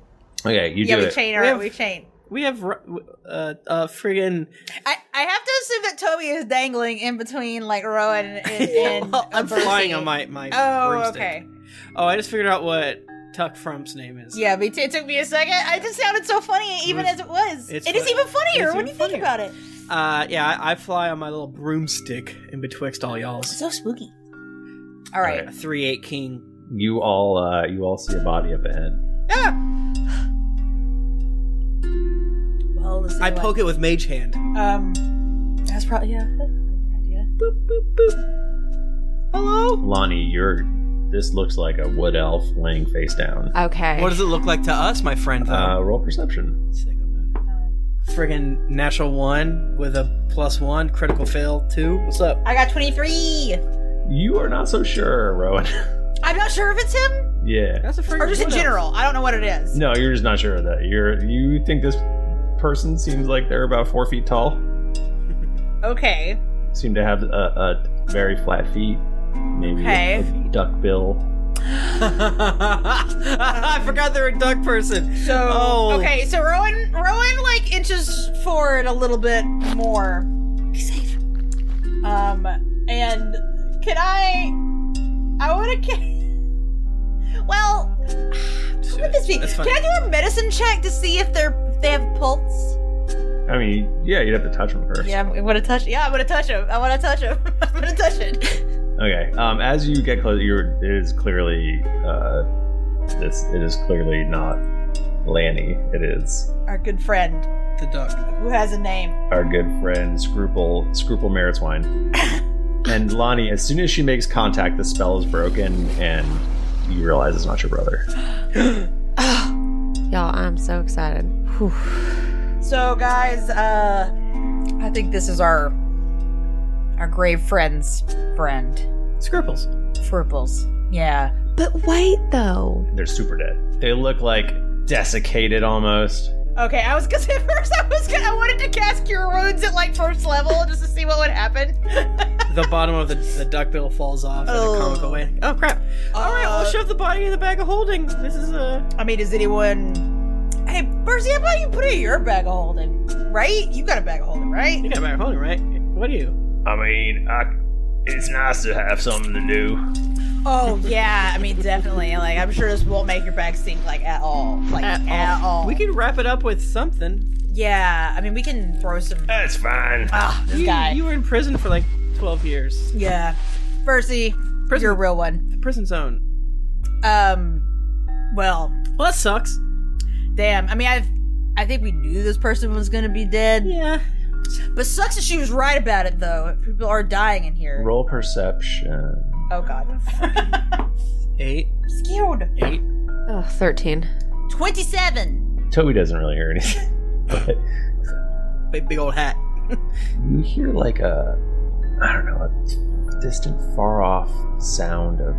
A: Okay, you
B: yeah,
A: do
B: we
A: it.
B: chain.
C: We
B: All right,
C: have-
B: we chain.
C: We have ru- uh, uh, friggin'
B: I, I have to assume that Toby is dangling in between like Rowan and, and, and
C: I'm
B: Percy.
C: flying on my my.
B: Oh,
C: broomstick.
B: okay.
C: Oh, I just figured out what Tuck Frump's name is.
B: Yeah, me too. It took me a second. I just sounded so funny, even
C: was-
B: as it was.
C: it's
B: It's it is
C: funny.
B: even funnier
C: It is
B: when
C: even
B: you think about it.
C: Uh, yeah, I, I fly on my little broomstick in betwixt all y'all's. So
B: spooky.
C: All right, three eight king.
A: You all. Uh, you
B: Ah!
A: all see a body up ahead.
B: Well,
N: What's the
C: I
N: other one?
C: poke it with mage hand.
N: Um, that's probably yeah. that's a good idea. Boop boop boop. Hello.
A: Lonnie, you're. This looks like a wood elf laying face down.
D: Okay.
C: What does it look like to us, my friend? Though?
A: Uh, roll perception.
C: Friggin' natural one with a plus one, critical fail two. What's up?
B: I got 23.
A: You are not so sure, Rowan.
B: I'm not sure if it's him
A: yeah.
C: That's a
B: or just in
A: wood elf.
B: general. I don't know what it is.
A: No, you're just not sure of that. You're you think this person seems like they're about four feet tall.
B: Okay.
A: Seem to have a, a very flat feet, maybe
B: Okay.
A: a, duck bill.
C: I forgot they're a duck person.
B: So
C: oh.
B: okay, so Rowan Rowan like inches forward a little bit more. Be safe. Um and can I I wanna ca- Well what would this be?
A: That's
B: Can
A: fine.
B: I do a medicine check to see if they're if they have pulse?
A: I mean, yeah, you'd have to touch them first.
B: Yeah, I wanna touch yeah, I wanna touch him. I wanna touch him. I'm gonna touch it.
A: Okay. Um, as you get close, you're it is clearly uh, this it is clearly not Lanny. It is
B: Our good friend.
C: The duck.
B: Who has a name.
A: our good friend Scruple Scruple Meritwine. and Lonnie, as soon as she makes contact, the spell is broken, and you realize it's not your brother.
D: Y'all, I'm so excited. Whew.
B: So guys, uh
N: I think this is our our grave friend's friend.
C: Scribbles.
N: Scribbles. Yeah.
D: But wait, though.
A: They're super dead. They look like desiccated almost.
B: Okay, I was gonna say first I was gonna I wanted to cast cure wounds at like first level just to see what would happen.
C: the bottom of the, the duck bill falls off in a comical way. Oh crap! All right, we'll shove the body in the bag of holding. This is a.
B: Uh, I mean, is anyone? Hey, Bercy, how about you put it in your bag of holding? Right? You got a bag of holding, right?
C: You got a bag of holding, right? What are you?
H: I mean, I, it's nice to have something to do.
B: Oh yeah, I mean definitely. Like I'm sure this won't make your bag stink like at all, like at, all.
C: Um, We can wrap it up with something.
B: Yeah, I mean we can throw some.
H: That's fine.
B: Ah, this
C: you,
B: guy.
C: You were in prison for like twelve years.
B: Yeah, Bercy, you're a real one.
C: The prison zone.
B: Um, well,
C: well that sucks.
B: Damn. I mean, I've. I think we knew this person was gonna be dead.
C: Yeah.
B: But sucks that she was right about it though. People are dying in here.
A: Roll perception.
B: Oh god.
C: Eight.
B: Skewed.
C: Eight.
D: Oh, 13.
B: 27.
A: Toby doesn't really hear anything, but
C: Big, big old hat.
A: you hear like a I don't know a distant, far off sound of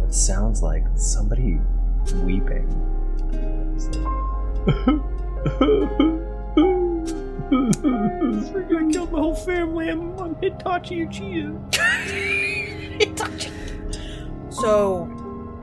A: what sounds like somebody weeping.
I: Freaking killed my whole family. I'm, I'm Hitachi Uchiha.
B: So,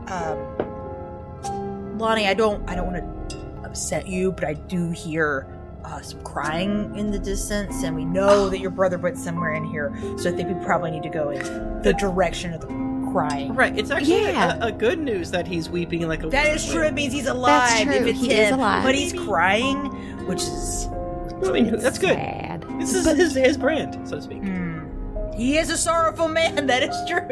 B: um, Lonnie, I don't, I don't want to upset you, but I do hear uh, some crying in the distance, and we know that your brother went somewhere in here. So I think we probably need to go in the direction of the crying.
C: Right. It's actually a, a good news that he's weeping like a.
B: That is true. It means he's alive.
C: That's
B: If
C: true.
B: it's
C: He
B: him,
C: is alive.
B: but he's crying, which is
C: I mean, that's good. This is his, his brand, so to speak.
B: Hmm. he is a sorrowful man. That is true.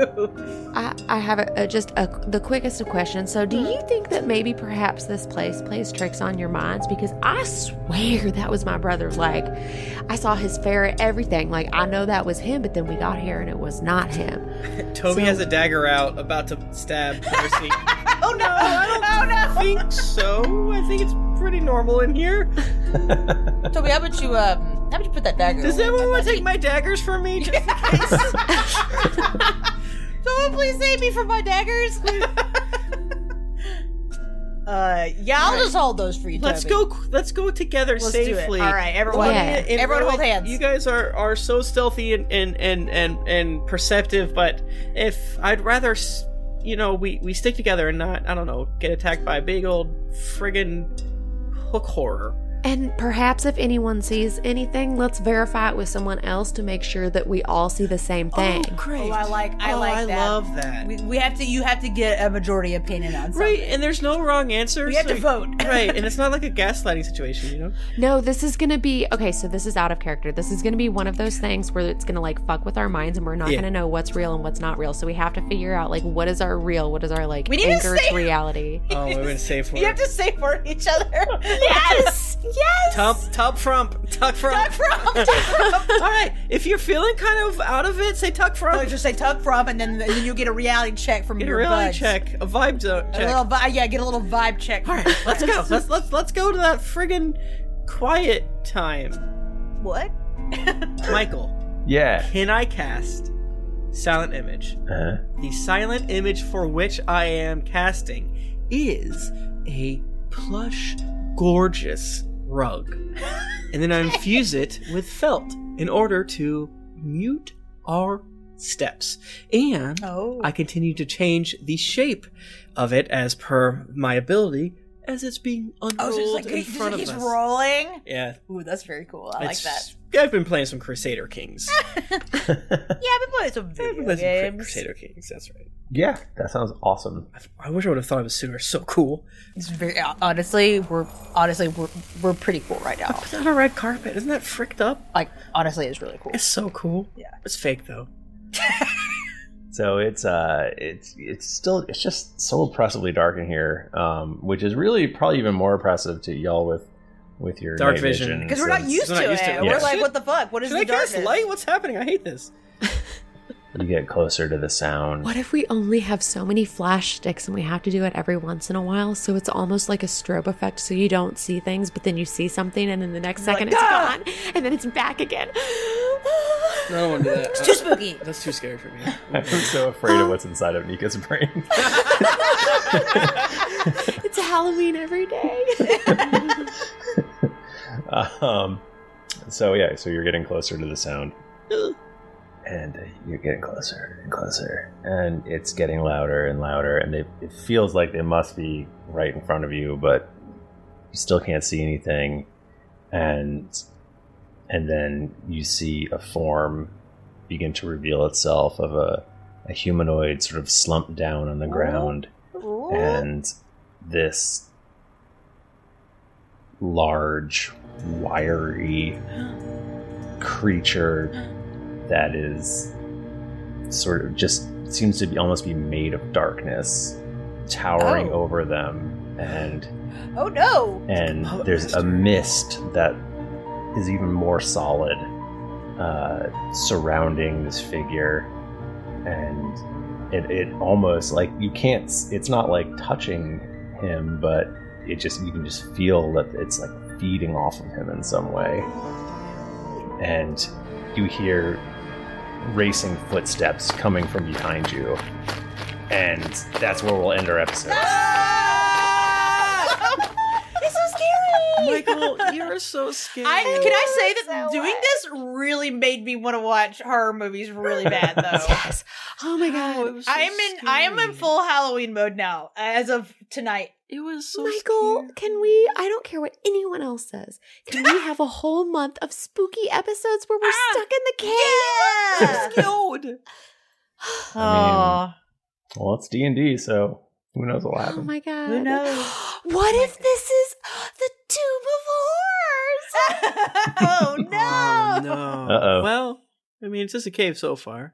D: I, I have a, a, just a, the quickest of questions. So, do you think that maybe perhaps this place plays tricks on your minds? Because I swear that was my brother. Like, I saw his ferret, everything. Like, I know that was him, but then we got here and it was not him.
C: Toby
D: So-
C: has a dagger out, about to stab Percy. oh no! I don't think so. I think it's pretty normal in here.
B: Toby, how about you? Um, how about you put that dagger?
C: Does anyone want to take my daggers from me? Just in case?
B: Someone please save me from my daggers.
C: Oh,
B: uh, yeah, I'll just hold those for you.
C: let's
B: Toby.
C: go. Let's go together
B: Let's do it.
C: safely.
B: All right, everyone- Yeah.
C: and- and
B: everyone hold
C: really,
B: hands.
C: You guys are are so stealthy and and and and, and perceptive, but if I'd rather. s- You know, we, we stick together and not, I don't know, get attacked by a big old friggin' hook horror.
D: And perhaps if anyone sees anything, let's verify it with someone else to make sure that we all see the same thing.
B: Oh, I like. I
C: Oh,
B: like
C: I
B: that.
C: love that.
B: We, we have to. You have to get a majority opinion on something.
C: Right, and there's no wrong answer.
B: We have to vote.
C: right, and it's not like a gaslighting situation, you know?
D: No, this is gonna be okay. So this is out of character. This is gonna be one of those things where it's gonna like fuck with our minds, and we're not
C: Yeah.
D: gonna know what's real and what's not real. So we have to figure out like what is our real, what is our like
B: We need to
D: anchor
B: say-
D: to reality.
C: Oh, we're going to save for
B: You have to say for each other. yes. Yes.
C: Tub, tub frump. Tuck frump. Tuck
B: frump.
C: All right. If you're feeling kind of out of it, say tuck frump.
B: No, just say tuck frump, and then, and then you'll get a reality check from
C: Get a
B: your
C: reality
B: buds.
C: check. A vibe zo-
B: A
C: check.
B: little vi- yeah, get a little vibe check. All right,
C: let's go. Let's let's let's go to that friggin' quiet time.
B: What?
C: Michael,
A: Yeah.
C: can I cast silent image?
A: Uh-huh.
C: The silent image for which I am casting is a plush, gorgeous rug. and then I infuse it with felt in order to mute our steps. And I continue to change the shape of it as per my ability as it's being unrolled
B: Oh, so it's like
C: in
B: it
C: front
B: just
C: of
B: keeps
C: us.
B: rolling.
C: Yeah.
B: Ooh, that's very cool. I
C: It's-
B: like
C: I've been playing some Crusader Kings.
B: that. yeah, I've been playing some
C: I've
B: video
C: been playing some Cru-
B: games.
C: Crusader Kings. That's right.
A: Yeah, that sounds awesome.
C: I wish I would have thought of it sooner. So cool.
N: It's very
B: uh,
N: honestly, we're honestly we're, we're pretty cool right now.
C: Put that on a red carpet. Isn't that fricked up?
N: Like honestly, it's really cool.
C: It's so cool. Yeah. It's fake though.
A: So it's uh it's it's still it's just so oppressively dark in here, um, which is really probably even more oppressive to y'all with with your
C: Dark
A: night
C: vision.
A: vision
B: Because we're not
A: since-
B: used to it. We're
A: Yeah.
B: like, what the fuck? What is
C: Should
B: the
C: I cast
B: darkness?
C: light? What's happening? I hate this.
A: You get closer to the sound.
D: What if we only have so many flash sticks and we have to do it every once in a while? So it's almost like a strobe effect. So you don't see things, but then you see something, and then the next
M: You're
D: second
M: like,
D: it's
M: "Ah!"
D: gone, and then it's back again.
C: No, I don't want to do that.
D: It's too spooky.
C: That's too scary for me.
A: I'm so afraid of what's inside of Nika's brain.
D: It's Halloween every day.
A: um, so yeah, so you're getting closer to the sound, and uh, you're getting closer and closer, and it's getting louder and louder, and they, it feels like they must be right in front of you, but you still can't see anything, and and then you see a form begin to reveal itself of a, a humanoid sort of slumped down on the ground and this large, wiry creature that is sort of just seems to be almost be made of darkness towering
B: Oh.
A: over them and
B: Oh no!
A: and
C: Oh,
A: there's a mist that is even more solid uh, surrounding this figure and it, it almost like you can't s- it's not like touching him but it just you can just feel that it's like feeding off of him in some way and you hear racing footsteps coming from behind you and that's where we'll end our episode
B: it's so scary.
C: Michael, you're so scary.
B: I, can I say that doing this really made me want to watch horror movies really bad, though. yes.
D: Oh my god.
B: I am in. I am in full Halloween mode now, as of tonight.
C: It was so
D: Michael, can we? I don't care what anyone else says. Can we have a whole month of spooky episodes where we're
B: Ah,
D: stuck in the cave?
C: Skilled.
A: I mean, well, it's D and D, so who knows what'll
D: Oh
A: happen?
D: my god.
B: Who knows?
D: What if this is the Tomb of Horrors?
B: oh no!
C: Oh, no.
A: Uh-oh.
C: Well, I mean, it's just a cave so far.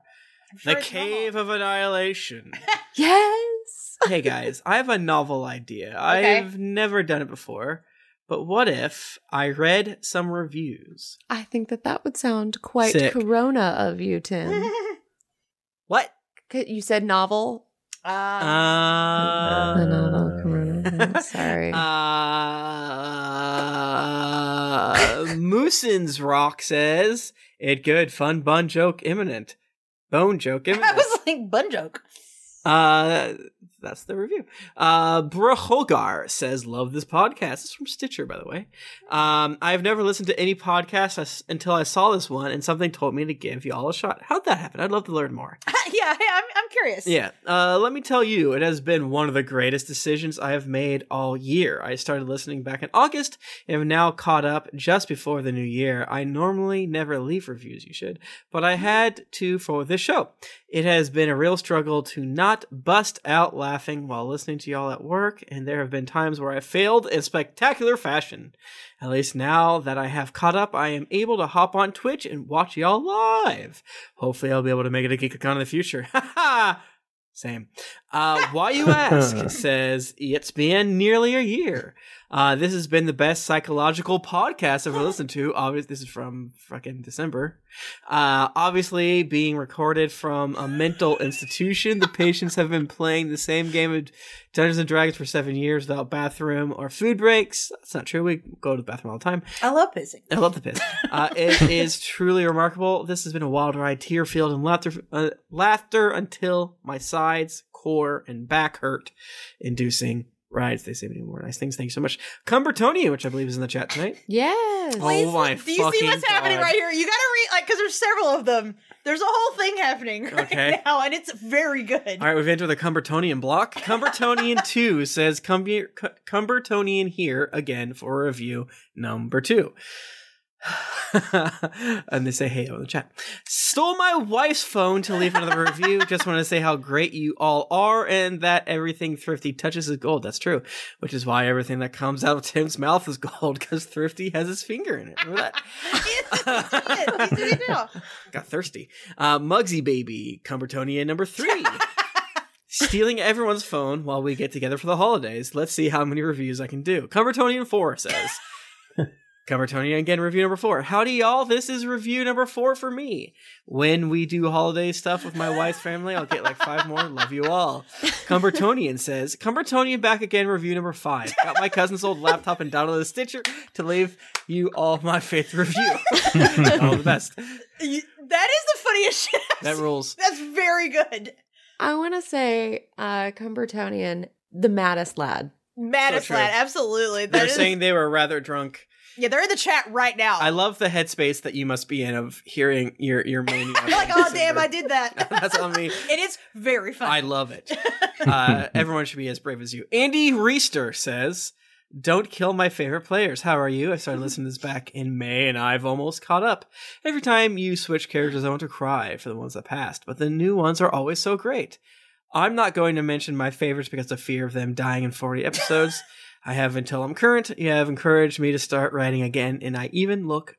B: sure
C: the
B: it's
C: Cave of Annihilation.
D: yes.
C: hey guys, I have a novel idea.
D: Okay.
C: I've never done it before, but what if I read some reviews?
D: I think that that would sound quite
C: Sick.
D: corona of you, Tim.
C: what?
D: You said novel.
C: Uh,
D: The novel corona. Sorry.
C: Uh, Moosin's Rock says, it good, fun, bun joke imminent. Bone joke
B: I
C: imminent.
B: was like bun joke.
C: Uh, that's the review. Uh, Brohogar says, "Love this podcast." It's from Stitcher, by the way. Um, I've never listened to any podcast as- until I saw this one, and something told me to give y'all a shot. How'd that happen? I'd love to learn more.
B: yeah, hey, I'm. I'm curious.
C: Yeah. Uh, let me tell you, it has been one of the greatest decisions I have made all year. I started listening back in August and have now caught up just before the new year. I normally never leave reviews, you should, but I had to for this show. It has been a real struggle to not bust out laughing while listening to y'all at work, and there have been times where I failed in spectacular fashion. At least now that I have caught up, I am able to hop on Twitch and watch y'all live. Hopefully, I'll be able to make it a GeekCon in the future. Ha ha! Same. Uh, why you ask says it's been nearly a year. Uh, this has been the best psychological podcast I've ever listened to. Obviously, this is from fucking December. Uh, obviously, being recorded from a mental institution, the patients have been playing the same game of Dungeons and Dragons for seven years without bathroom or food breaks. That's not true. We go to the bathroom all the time.
B: I love pissing.
C: I love the piss. Uh, it is truly remarkable. This has been a wild ride, tear filled and laughter, uh, laughter until my sides, core, and back hurt, inducing rides. They say many more nice things. Thank you so much, Cumbertonia, which I believe is in the chat tonight.
D: Yes.
C: Oh
B: Do
C: my
B: you see what's
C: fucking
B: happening
C: God.
B: right here? You gotta read like because there's several of them. There's a whole thing happening right
C: Okay.
B: now, and it's very good.
C: All right, we've entered the Cumbertonian block. Cumbertonian 2 says Cumber- Cu- Cumbertonian here again for review number 2. and they say hey in the chat. Stole my wife's phone to leave another review. Just wanted to say how great you all are and that everything Thrifty touches is gold. That's true. Which is why everything that comes out of Tim's mouth is gold because Thrifty has his finger in it. Remember that? Got thirsty. Uh, Mugsy Baby, Cumbertonian number 3 stealing everyone's phone while we get together for the holidays. Let's see how many reviews I can do. Cumbertonian 4 says. Cumbertonian again, review number 4. Howdy, y'all. This is review number 4 for me. When we do holiday stuff with my wife's family, I'll get like five more. Love you all. Cumbertonian says, Cumbertonian back again, review number 5. Got my cousin's old laptop and downloaded a Stitcher to leave you all my faith review. all the best.
B: You- that is the funniest shit. I've
C: That
B: seen.
C: rules.
B: That's very good.
D: I want to say uh, Cumbertonian, the maddest lad.
B: Maddest
C: true.
B: lad, absolutely. That
C: They're
B: is-
C: saying they were rather drunk.
B: yeah, they're in the chat right now.
C: I love the headspace that you must be in of hearing your your mania.
B: You're like, oh damn, I did that.
C: That's on me.
B: It is very funny.
C: I love it. Uh, everyone should be as brave as you. Andy Reister says, "Don't kill my favorite players." How are you? I started listening to this back in May, and I've almost caught up. Every time you switch characters, I want to cry for the ones that passed, but the new ones are always so great. I'm not going to mention my favorites because of fear of them dying in 40 episodes. I have until I'm current. You have encouraged me to start writing again, and I even look.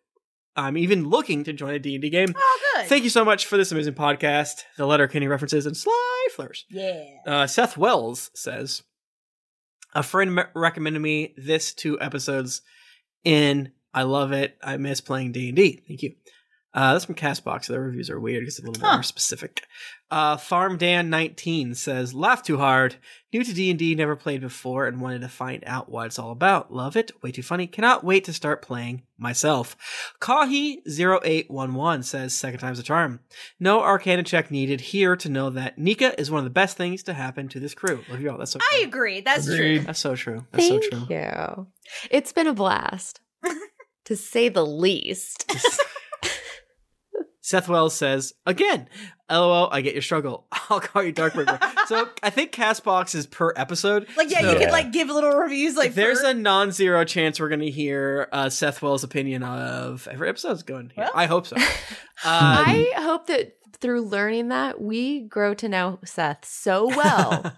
C: I'm even looking to join a D&D game.
B: Oh, good.
C: Thank you so much for this amazing podcast, the letter Kenny references, and sly flourish.
B: Yeah.
C: Uh, Seth Wells says, a friend me- recommended me this two episodes in. I love it. I miss playing D and D. Thank you. Uh, that's from Castbox. Their reviews are weird. It's a little more specific. Uh, Farm Dan nineteen says, "Laugh too hard. New to D and D, never played before, and wanted to find out what it's all about. Love it. Way too funny. Cannot wait to start playing myself." Kahi 811 says, second time's a charm. No Arcana check needed here to know that Nika is one of the best things to happen to this crew. Love you all. That's so
B: I agree. That's true.
C: that's so true. That's
D: Thank
C: so true.
D: you. It's been a blast, to say the least.
C: Seth Wells says, again, LOL, I get your struggle. I'll call you Darkbreaker. so I think Castbox is per episode.
B: Like, yeah,
C: So
B: you could like give little reviews. Like,
C: there's
B: for-
C: a non zero chance we're going to hear uh, Seth Wells' opinion of every episode's going here. I hope so. Um,
D: I hope that through learning that, we grow to know Seth so well.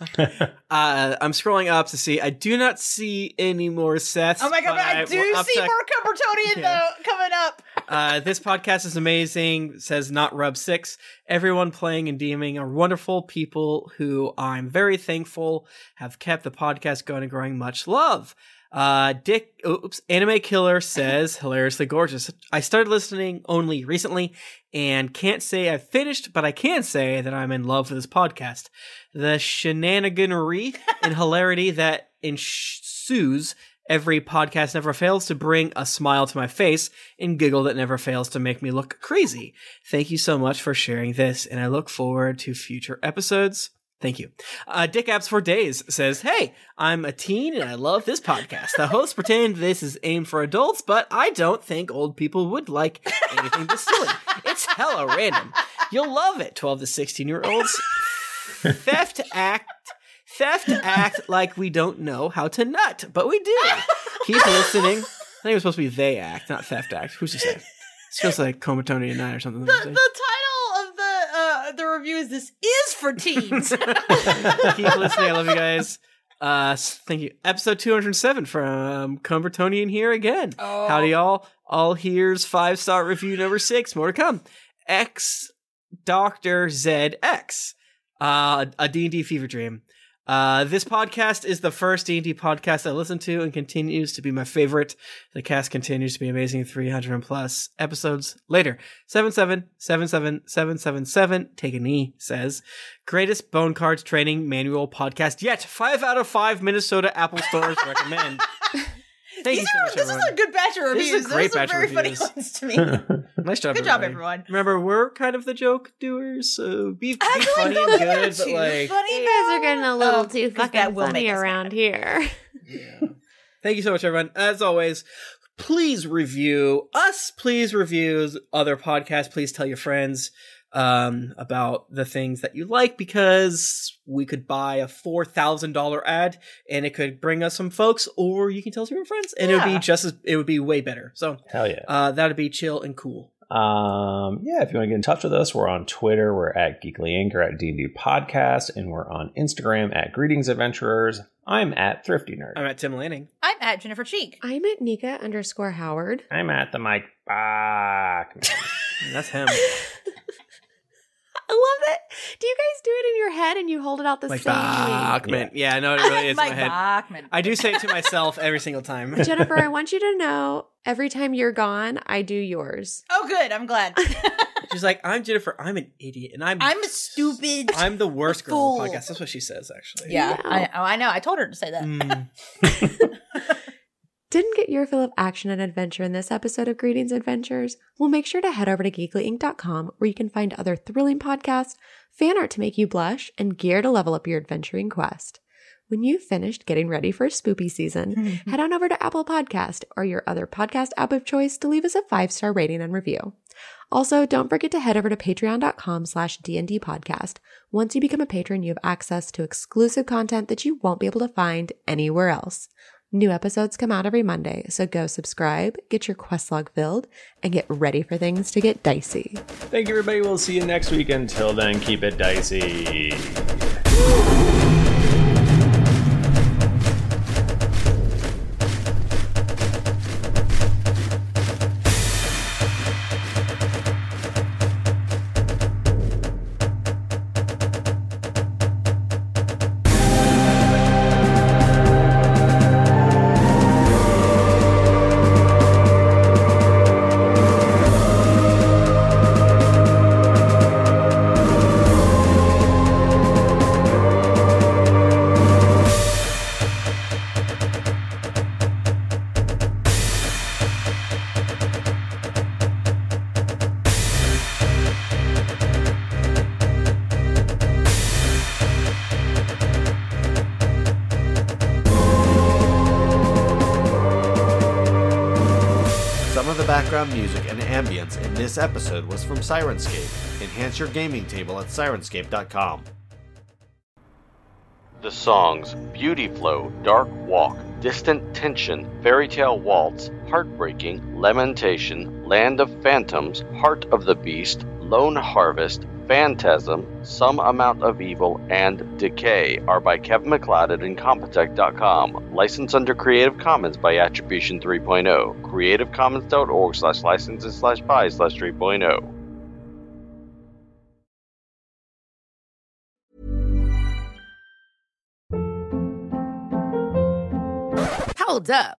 C: uh, I'm scrolling up to see. I do not see any more Seths.
B: Oh my god, but I
C: will
B: do see
C: update-
B: more Cumbertonian
C: Yeah.
B: though coming up.
C: Uh, this podcast is amazing. Says not rub six. Everyone playing and DMing are wonderful people who I'm very thankful have kept the podcast going and growing. Much love. Uh, Dick, oops, anime killer says hilariously gorgeous. I started listening only recently and can't say I finished, but I can say that I'm in love with this podcast. The shenaniganery and hilarity that ensues Every podcast never fails to bring a smile to my face and giggle that never fails to make me look crazy. Thank you so much for sharing this, and I look forward to future episodes. Thank you. Uh, Dick Apps for Days says, Hey, I'm a teen and I love this podcast. The hosts pretend this is aimed for adults, but I don't think old people would like anything this silly. It's hella random. You'll love it, 12 to 16 year olds. Theft act theft act like we don't know how to nut, but we do. Keep listening. I think it was supposed to be they act, not theft act. Who's to say? It's supposed to like comatony and nine or something.
B: The, the title of the uh, the review is "This is for teens."
C: Keep listening. I love you guys. Uh, s- thank you. Episode 207 from Cumbertonian here again.
B: Oh.
C: Howdy, y'all. All here's five star review number six. More to come. X Dr. ZX. uh, a D&D fever dream. Uh, this podcast is the first D&D podcast I listened to and continues to be my favorite. The cast continues to be amazing 300 and plus episodes later. 7777777 take a knee says, greatest bone cards training manual podcast yet. 5 out of 5 Minnesota Apple stores recommend. Thank you
B: These
C: so
B: are,
C: much,
B: this is
C: everyone.
B: a good batch of
C: This is
B: reviews.
C: a great
B: Those are
C: batch of
B: very funny
C: reviews.
B: ones to me.
C: nice job.
B: Good job,
C: everyone. Remember, we're kind of the joke doers, so be, be funny and good, but like
B: funny
M: guys are getting a little too
C: that
M: fucking
C: will
M: funny
C: make us
M: around here.
C: Thank you so much, everyone. As always, please review us. Please review other podcasts. Please tell your friends um, about the things that you like because we could buy a four thousand dollar ad and it could bring us some folks, or you can tell some of your friends, and it would
A: Yeah.
C: be just as it would be way better. So
A: Hell yeah.
C: uh, that'd be chill and cool.
A: Um, yeah, if you want to get in touch with us, we're on Twitter. We're at Geekly Inc. or at D&D Podcast. And we're on Instagram at Greetings Adventurers. I'm at Thrifty Nerd.
C: I'm at Tim Lanning.
B: I'm at Jennifer Cheek.
D: I'm at Nika underscore Howard.
A: I'm at the mic. Back.
C: That's him.
D: I love that. Do you guys do it in your head and you hold it out the
C: Mike
D: same
C: Bachman. Yeah, I know it
D: I'm
C: really
D: at
C: is in my
D: Mike
C: head.
B: Bachman.
C: I do say it to myself every single time.
D: way? Jennifer, I want you to know every time you're gone, I do yours.
B: Oh, good. I'm glad.
C: She's like, I'm Jennifer. I'm an idiot, and I'm
B: I'm a stupid.
C: I'm the worst girl on the
B: fool.
C: podcast. That's what she says, actually.
B: yeah, I, oh, I know. I told her to say that.
D: Didn't get your fill of action and adventure in this episode of Greetings Adventures? Well, make sure to head over to geeklyinc.com where you can find other thrilling podcasts, fan art to make you blush, and gear to level up your adventuring quest. When you've finished getting ready for spoopy season, head on over to Apple Podcast or your other podcast app of choice to leave us a five-star rating and review. Also, don't forget to head over to patreon.com slash dnd podcast. Once you become a patron, you have access to exclusive content that you won't be able to find anywhere else. New episodes come out every Monday, so go subscribe, get your quest log filled, and get ready for things to get dicey.
A: Thank you, everybody. We'll see you next week. Until then, keep it dicey.
P: Some of the background music and ambience in this episode was from Sirenscape. Enhance your gaming table at sirenscape.com.
Q: The songs Beauty Flow, Dark Walk, Distant Tension, Fairy Tale Waltz, Heartbreaking, Lamentation, Land of Phantoms, Heart of the Beast, Lone Harvest, Phantasm, Some Amount of Evil, and Decay are by Kevin McLeod at Incompetech.com. Licensed under Creative Commons by Attribution oh. 3.0. CreativeCommons.org slash licenses slash by slash oh. 3.0.
G: Hold up.